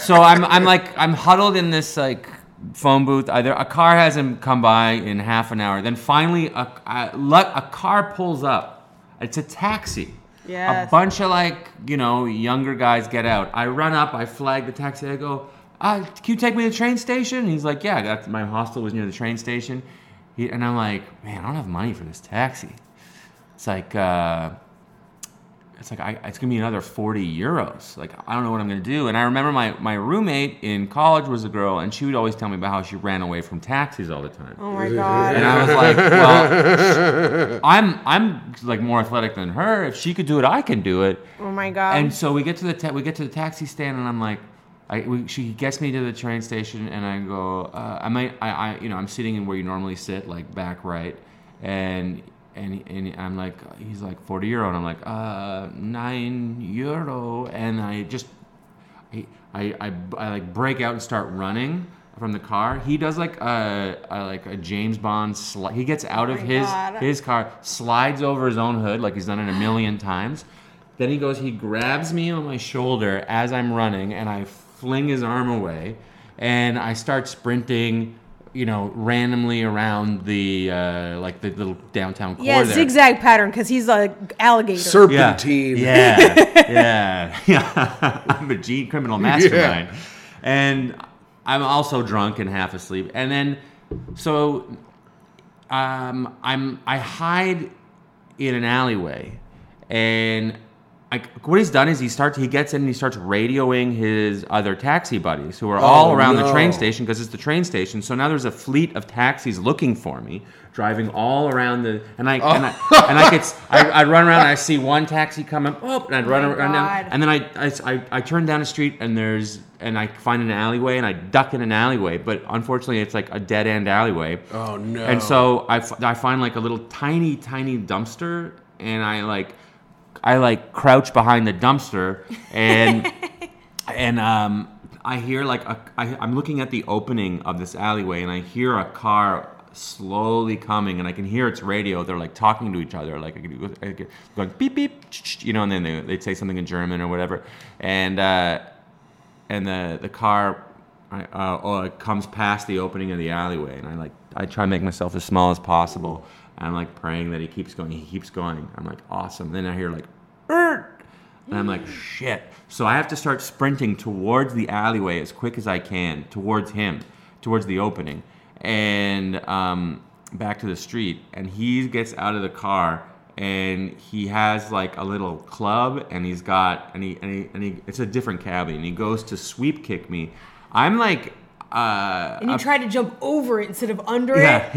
S3: so I'm, I'm like, I'm huddled in this like phone booth. Either a car hasn't come by in half an hour. Then finally, a, a, lu- a car pulls up. It's a taxi.
S2: Yes.
S3: A bunch of like, you know, younger guys get out. I run up, I flag the taxi, I go, uh, can you take me to the train station? And he's like, yeah, that's, my hostel was near the train station. He, and I'm like, man, I don't have money for this taxi. It's like, uh, it's like I, it's gonna be another 40 euros like i don't know what i'm gonna do and i remember my, my roommate in college was a girl and she would always tell me about how she ran away from taxis all the time
S2: Oh my god.
S3: and i was like well (laughs) sh- i'm i'm like more athletic than her if she could do it i can do it
S2: Oh my god.
S3: and so we get to the ta- we get to the taxi stand, and I'm like, I, we, she gets me to the train station, and I go, uh, I might, I, I, you know, I'm sitting in where you normally sit, like back right, and and and I'm like, he's like 40 euro, and I'm like, uh, nine euro, and I just, I, I, I, I like break out and start running. From the car, he does like a, a like a James Bond. Sli- he gets out of
S2: Oh my
S3: his
S2: God.
S3: his car, slides over his own hood like he's done it a million times. Then he goes, he grabs me on my shoulder as I'm running, and I fling his arm away, and I start sprinting, you know, randomly around the uh, like the little downtown core.
S2: yeah,
S3: there.
S2: zigzag pattern because he's a alligator.
S1: Serpentine.
S3: Yeah, yeah, (laughs) yeah. I'm a G criminal mastermind, and I'm also drunk and half asleep. And then, so um, I'm I hide in an alleyway, and like what he's done is he starts he gets in and he starts radioing his other taxi buddies who are all around the train
S1: Oh, no.
S3: station because it's the train station. So now there's a fleet of taxis looking for me, driving all around the and I and I and I could s- I I'd run around and I see one taxi come up oh, and I'd run
S2: My
S3: around now,
S2: God.
S3: and then I, I s- I- I turn down a street and there's and I find an alleyway and I duck in an alleyway, but unfortunately it's like a dead end alleyway.
S1: Oh no.
S3: And so I, f- I find like a little tiny, tiny dumpster, and I like, I like crouch behind the dumpster, and and um, I hear like a, I, I'm looking at the opening of this alleyway, and I hear a car slowly coming, and I can hear its radio. They're like talking to each other, like I could- I could- going beep beep, ch- ch- you know, and then they, they'd say something in German or whatever, and. Uh, and the the car I- uh, uh, comes past the opening of the alleyway, and I like I try to make myself as small as possible. And I'm like praying that he keeps going. He keeps going. I'm like awesome. Then I hear like, "Er," and I'm like shit. So I have to start sprinting towards the alleyway as quick as I can, towards him, towards the opening, and um, back to the street. And he gets out of the car. And he has like a little club, and he's got, and he, and he, and he, it's a different cabbie, and he goes to sweep kick me. I'm like, uh,
S2: and you tried to jump over it instead of under
S3: yeah,
S2: it.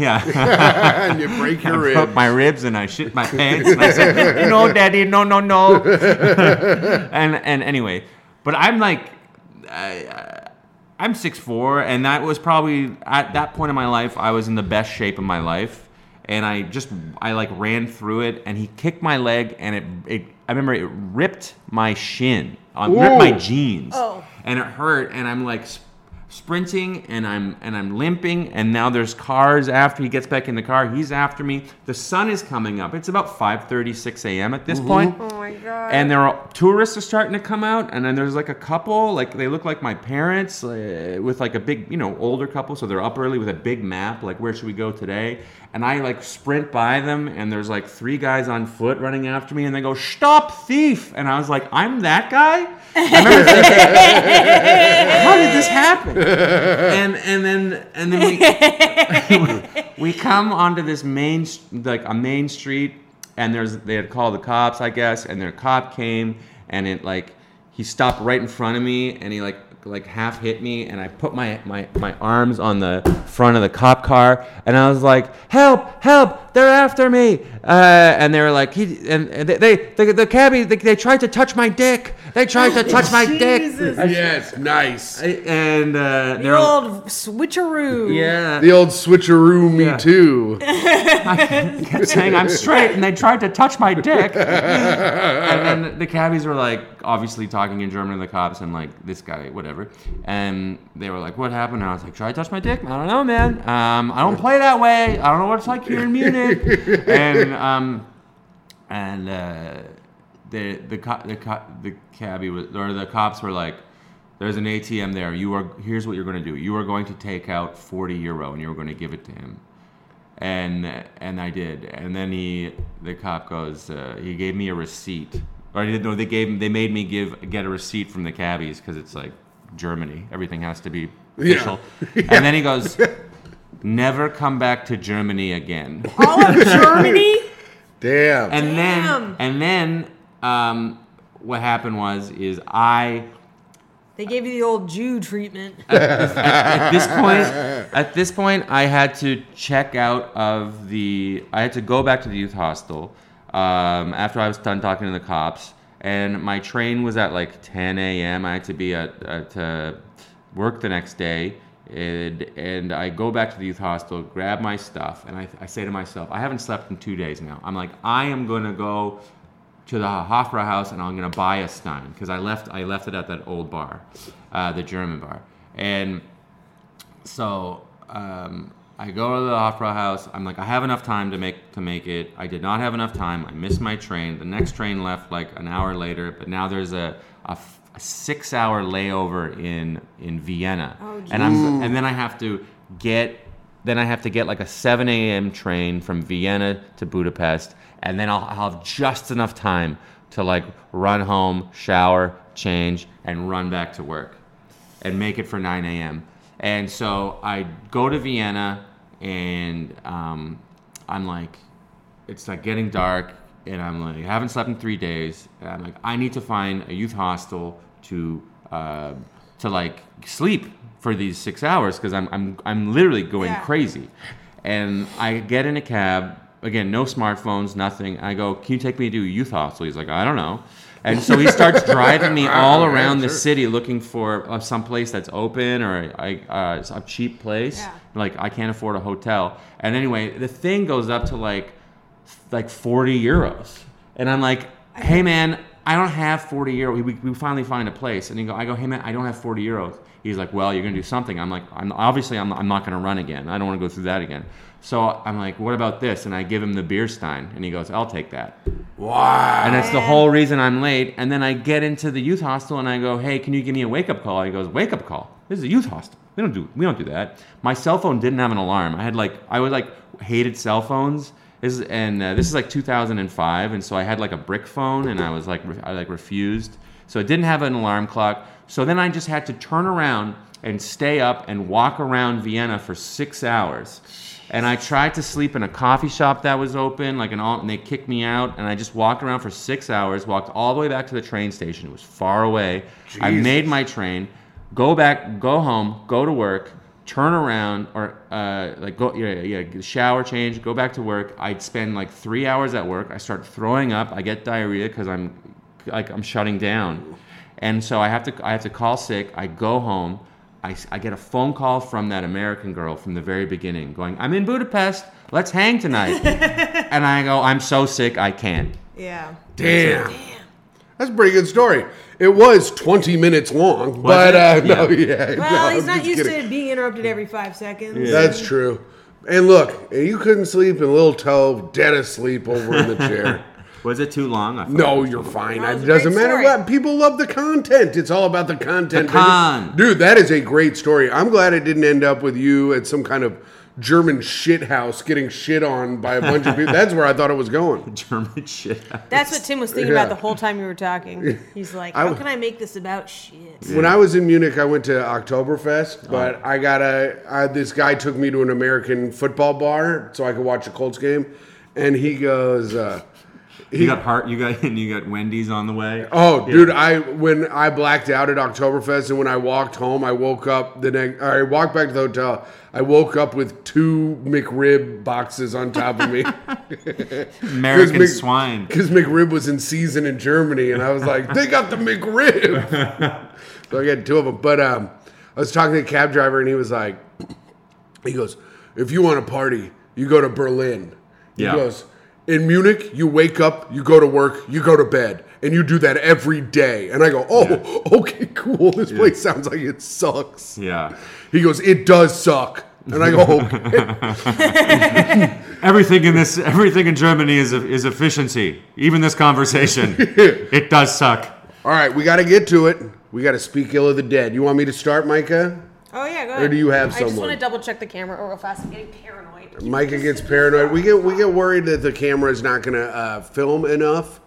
S1: (laughs)
S3: yeah. (laughs)
S1: and you break your
S3: I
S1: rib.
S3: broke my ribs and I shit my pants and I said, "No, daddy, no, no, no." (laughs) and and anyway, but I'm like, I, I- I'm six four, and that was probably at that point in my life I was in the best shape of my life, and I just I like ran through it, and he kicked my leg, and it it I remember it ripped my shin, uh, ripped my
S1: Ooh.
S3: jeans,
S2: Oh.
S3: and it hurt, and I'm like. Sp- sprinting and I'm and I'm limping and now there's cars after he gets back in the car he's after me the sun is coming up it's about 5:30 6 a.m. at this point
S2: Oh my god.
S3: and there are tourists are starting to come out and then there's like a couple like they look like my parents uh, with like a big you know older couple so they're up early with a big map like where should we go today and i like sprint by them and there's like three guys on foot running after me and they go stop thief and i was like i'm that guy I remember thinking, how did this happen and and then and then we we (laughs) come onto this main s- like a main street and there's they had called the cops i guess and their cop came and it like he stopped right in front of me and he like like half hit me, and I put my my my arms on the front of the cop car, and I was like, "Help! Help! They're after me!" Uh, and they were like, "He and, and they, they the, the cabbie they, they tried to touch my dick. They tried to touch my dick."
S1: (laughs)
S2: Jesus.
S1: Yes, nice.
S3: I- And uh,
S2: The
S3: they're all,
S2: old switcheroo.
S3: yeah.
S1: The old switcheroo me
S3: Yeah. (laughs)
S1: too.
S3: I kept (laughs) saying I'm straight, and they tried to touch my dick. and then the cabbies were like, obviously talking in German to the cops, and like this guy, whatever. And they were like, "What happened?" And I was like, "Try to touch my dick? I don't know, man. Um, I don't play that way. I don't know what it's like here in Munich." and um, and uh, the the co- the co- the cabbie was, or the cops were like, "There's an ATM there. You are here's what you're going to do. You are going to take out 40 euro, and you're going to give it to him." And and I did. And then he the cop goes, uh, he gave me a receipt, or I didn't know they gave him. They made me give get a receipt from the cabbies because it's like Germany. Everything has to be official. And then he goes. Never come back to Germany again.
S1: (laughs)
S2: All of Germany.
S1: Damn.
S2: Damn.
S3: And then and then um, what happened was is I
S2: They gave you the old
S1: (laughs)
S2: Jew treatment.
S3: at this point at this point I had to check out of the I had to go back to the youth hostel um, after I was done talking to the cops and my train was at like 10 a.m. I had to be at, at uh, work the next day and and I go back to the youth hostel grab my stuff and I, I say to myself I haven't slept in two days now I'm like I am gonna go to the Hofra house and I'm gonna buy a Stein because I left I left it at that old bar, uh, the German bar, and so um, I go to the Hofra house. I'm like I have enough time to make to make it. I did not have enough time. I missed my train. The next train left like an hour later, but now there's a, a f- a six hour layover in in Vienna,
S2: Oh,
S3: and I'm and then I have to get then I have to get like a 7 a.m. train from Vienna to Budapest, and then I'll, I'll have just enough time to like run home, shower, change, and run back to work and make it for 9 a.m. And so I go to Vienna, and um, I'm like, it's like getting dark, and I'm like, I haven't slept in three days, and I'm like, I need to find a youth hostel to uh, to like sleep for these six hours because I'm I'm I'm literally going
S2: Yeah.
S3: crazy, and I get in a cab. Again, no smartphones, nothing. I go, can you take me to a youth hostel? He's like, I don't know. And so he starts driving me all
S1: Yeah,
S3: around the
S1: sure.
S3: city looking for uh, some place that's open or a, uh, a cheap place.
S2: Yeah.
S3: Like I can't afford a hotel. And anyway, the thing goes up to like like 40 euros. And I'm like, hey man, I don't have 40 euro. We, we finally find a place. And he go, I go, hey man, I don't have 40 euros. He's like, well, you're gonna do something. I'm like, I'm obviously I'm, I'm not gonna run again. I don't want to go through that again. So I'm like, what about this? And I give him the beer stein, and he goes, I'll take that.
S1: wow.
S3: And that's the
S2: Man.
S3: whole reason I'm late. And then I get into the youth hostel and I go, "Hey, can you give me a wake up call?" He goes, "Wake up call? This is a youth hostel. We don't do we don't do that." My cell phone didn't have an alarm. I had like I was like hated cell phones. This is, and uh, this is like 2005, and so I had like a brick phone, and I was like re- I like refused. So it didn't have an alarm clock. So then I just had to turn around and stay up and walk around Vienna for six hours. And I tried to sleep in a coffee shop that was open, like an all, and they kicked me out. And I just walked around for six hours, walked all the way back to the train station. It was far away. I
S1: Jesus.
S3: made my train, go back, go home, go to work, turn around, or uh, like go, yeah, yeah, shower, change, go back to work. I'd spend like three hours at work. I start throwing up. I get diarrhea because I'm like I'm shutting down, and so I have to I have to call sick. I go home. I, s- I get a phone call from that American girl from the very beginning going, I'm in Budapest, let's hang (laughs) tonight. and I go, I'm so sick, I can't.
S2: Yeah.
S1: Damn. That's a pretty good story. It was 20 minutes long, but uh,
S3: it?
S1: no, yeah.
S3: Yeah.
S1: no,
S2: Well,
S1: I'm
S2: he's not
S1: just
S2: used
S1: kidding.
S2: to being interrupted every five seconds.
S1: That's true. And look, you couldn't sleep, and little toe dead asleep over in the
S3: (laughs)
S1: chair.
S3: Was it too long? I thought it
S1: No,
S3: was
S1: you're
S3: too-
S1: fine.
S2: That was
S1: It
S2: a
S1: doesn't
S2: great
S1: matter
S2: story.
S1: what. People love the content. It's all about the content.
S3: The
S1: baby.
S3: con.
S1: Dude, that is a great story. I'm glad it didn't end up with you at some kind of German shit house getting shit on by a bunch of
S3: (laughs)
S1: people. That's where I thought it was going.
S3: (laughs) German shit.
S2: That's what Tim was thinking
S1: Yeah.
S2: about the whole time you were talking. He's like,
S1: I
S2: how
S1: w-
S2: can I make this about shit?
S1: When I was in Munich, I went to
S3: Oh.
S1: Oktoberfest, but I got a I, this guy took me to an American football bar so I could watch a Colts game, and he goes, uh,
S3: You got heart. You got (laughs) and you got Wendy's on the way.
S1: Oh,
S3: Yeah.
S1: dude! I when I blacked out at Oktoberfest, and when I walked home, I woke up the next. Or I walked back to the hotel. I woke up with two McRib boxes on top of me
S3: American
S1: Mc-
S3: swine.
S1: because McRib was in season in Germany, and I was
S3: (laughs)
S1: like, "They got the McRib." so I got two of them. But um, I was talking to a cab driver, and he was like, "He goes, if you want to party, you go to Berlin." He
S3: Yeah.
S1: goes, "In Munich, you wake up, you go to work, you go to bed." And you do that every day. And I go, oh, (laughs) okay, cool. This place sounds like it sucks.
S3: Yeah.
S1: He goes, it does suck. And I go,
S3: (laughs)
S1: okay.
S3: Everything in this, everything in Germany is is efficiency. Even this conversation, it does suck.
S1: All right, we got to get to it. We got to speak ill of the dead. You want me to start, Micah?
S2: Oh yeah, go ahead.
S1: do you have
S2: I just want
S1: someone?
S2: to double check the camera real fast. I'm getting paranoid.
S1: Micah gets paranoid. We get we get worried that the camera is not going to uh, film enough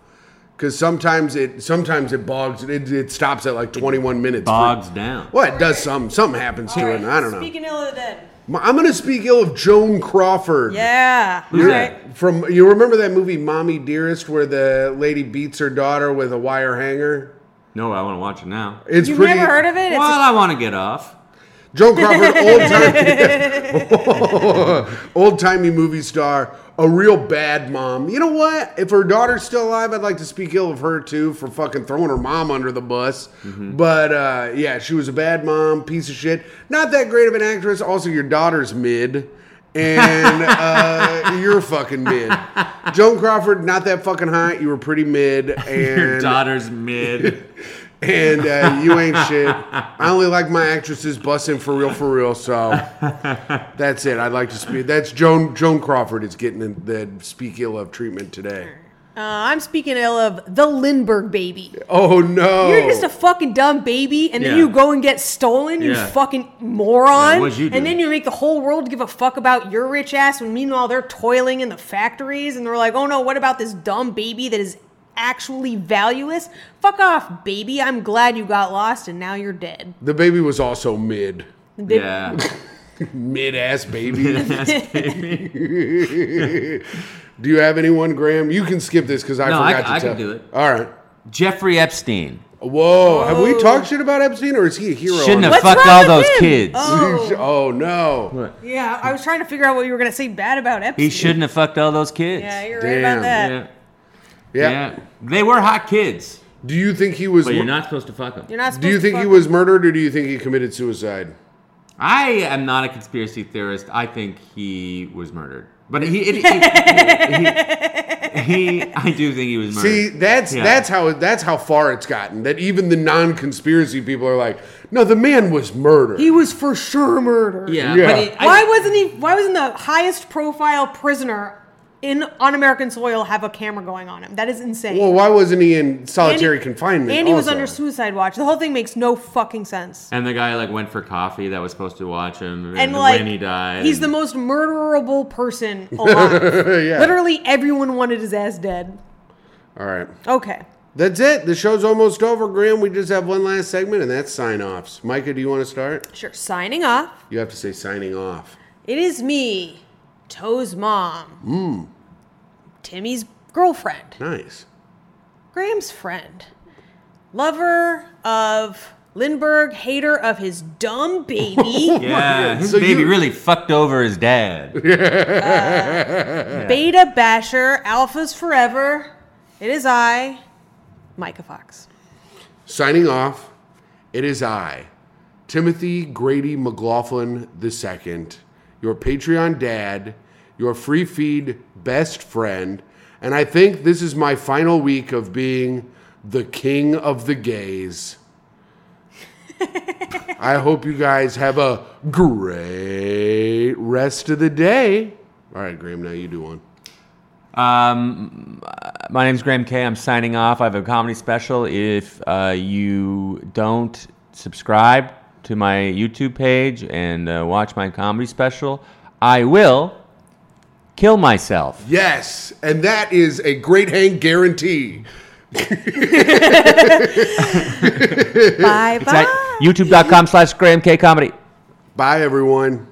S1: because sometimes it sometimes it bogs it, it stops at like 21 minutes. for-
S3: Bogs down.
S1: Well, it does some something happens to it. and I don't know.
S2: Speaking ill of the dead.
S1: I'm going to speak ill of Joan Crawford.
S2: Yeah.
S3: Who's
S2: All
S3: that?
S2: right.
S1: From you remember that movie Mommy Dearest where the lady beats her daughter with a wire hanger?
S3: No, I want to watch it now.
S1: It's
S2: You've
S1: pretty
S2: never heard of it? It's uh,
S3: well, I want to get off.
S1: Joan Crawford, old time, (laughs) old timey movie star, a real bad mom. You know what? If her daughter's still alive, I'd like to speak ill of her too for fucking throwing her mom under the bus. But uh, yeah, she was a bad mom, piece of shit. Not that great of an actress. Also, your daughter's mid. and uh, you're fucking mid. Joan Crawford, not that fucking hot. You were pretty mid. And
S3: Your daughter's mid.
S1: and uh, you ain't shit. I only like my actresses busting for real, for real. So that's it. I'd like to speak. That's Joan. Joan Crawford is getting in the speak ill of treatment today.
S2: Uh, I'm speaking ill of the Lindbergh baby.
S1: Oh no!
S2: You're just a fucking dumb baby, and then
S3: Yeah.
S2: you go and get stolen, you
S3: Yeah.
S2: fucking moron.
S3: Yeah, what'd you do?
S2: And then you make the whole world give a fuck about your rich ass, when meanwhile they're toiling in the factories, and they're like, oh no, what about this dumb baby that is actually valueless? Fuck off, baby. I'm glad you got lost, and now you're dead.
S1: the baby was also mid,
S2: They-
S3: yeah.
S1: mid ass
S2: (laughs)
S1: baby. (laughs) do you have anyone, Graham? You can skip this because I
S3: No, I-
S1: forgot to
S3: I
S1: tell.
S3: can do it.
S1: All right.
S3: Jeffrey Epstein.
S1: Whoa. Have we
S2: Oh.
S1: talked shit about Epstein, or is he a hero?
S3: Shouldn't
S1: on
S3: have
S2: What's
S3: fucked
S2: wrong
S3: all
S2: with
S3: those
S2: him?
S3: kids.
S1: this?
S2: Oh.
S1: Oh no.
S2: Yeah, I was trying to figure out what you were going to say bad about Epstein.
S3: He shouldn't have fucked all those kids.
S2: Yeah, you're right
S1: Damn.
S2: about that.
S3: yeah.
S1: Yeah.
S3: Yeah. They were hot kids,
S1: Do you think he was?
S3: but you're not supposed to fuck them.
S2: You're not supposed
S1: Do you
S2: to
S1: think he
S2: fuck-
S1: was murdered, or do you think he committed suicide?
S3: I am not a conspiracy theorist. I think he was murdered. But he, it, it- he, he, he- I do think he was murdered.
S1: See, that's
S3: Yeah.
S1: that's how that's how far it's gotten. That even the non-conspiracy people are like, no, the man was murdered.
S2: He was for sure murdered.
S3: Yeah,
S1: Yeah.
S3: but it, I-
S2: why wasn't he? Why wasn't the highest profile prisoner in on American soil have a camera going on him? That is insane.
S1: well, why wasn't he in
S2: And he-
S1: solitary confinement?
S2: And he was
S1: also?
S2: under suicide watch. The whole thing makes no fucking sense.
S3: and the guy like went for coffee that was supposed to watch him, and,
S2: And like
S3: when he died,
S2: he's the most
S1: (laughs)
S2: murderable person alive.
S1: (laughs) yeah.
S2: Literally everyone wanted his ass dead.
S1: All right,
S2: Okay.
S1: that's it. The show's almost over, Graham. We just have one last segment, and that's sign-offs. Micah, do you want to start?
S2: Sure. Signing off.
S1: You have to say signing off.
S2: It is me, Toe's mom.
S1: Hmm.
S2: Timmy's girlfriend.
S1: Nice.
S2: Graham's friend, lover of Lindbergh, hater of his dumb
S3: (laughs)
S2: baby,
S3: yeah, his
S1: So
S3: baby
S1: you-
S3: really fucked over his dad.
S2: beta basher, alphas forever. It is I, Micah Fox.
S1: Signing off. It is I, Timothy Grady McLaughlin II, your Patreon dad, your free feed best friend, and I think this is my final week of being the king of the gays. I hope you guys have a great rest of the day. All right, Graham, now you do one.
S3: Um, my name's Graham K. I'm signing off. I have a comedy special. If uh, you don't subscribe to my YouTube page and uh, watch my comedy special, I will kill myself.
S1: Yes, and that is a great hang guarantee.
S2: Bye
S3: It's at
S2: bye.
S3: youtube.com slash Graham K. Comedy.
S1: Bye, everyone.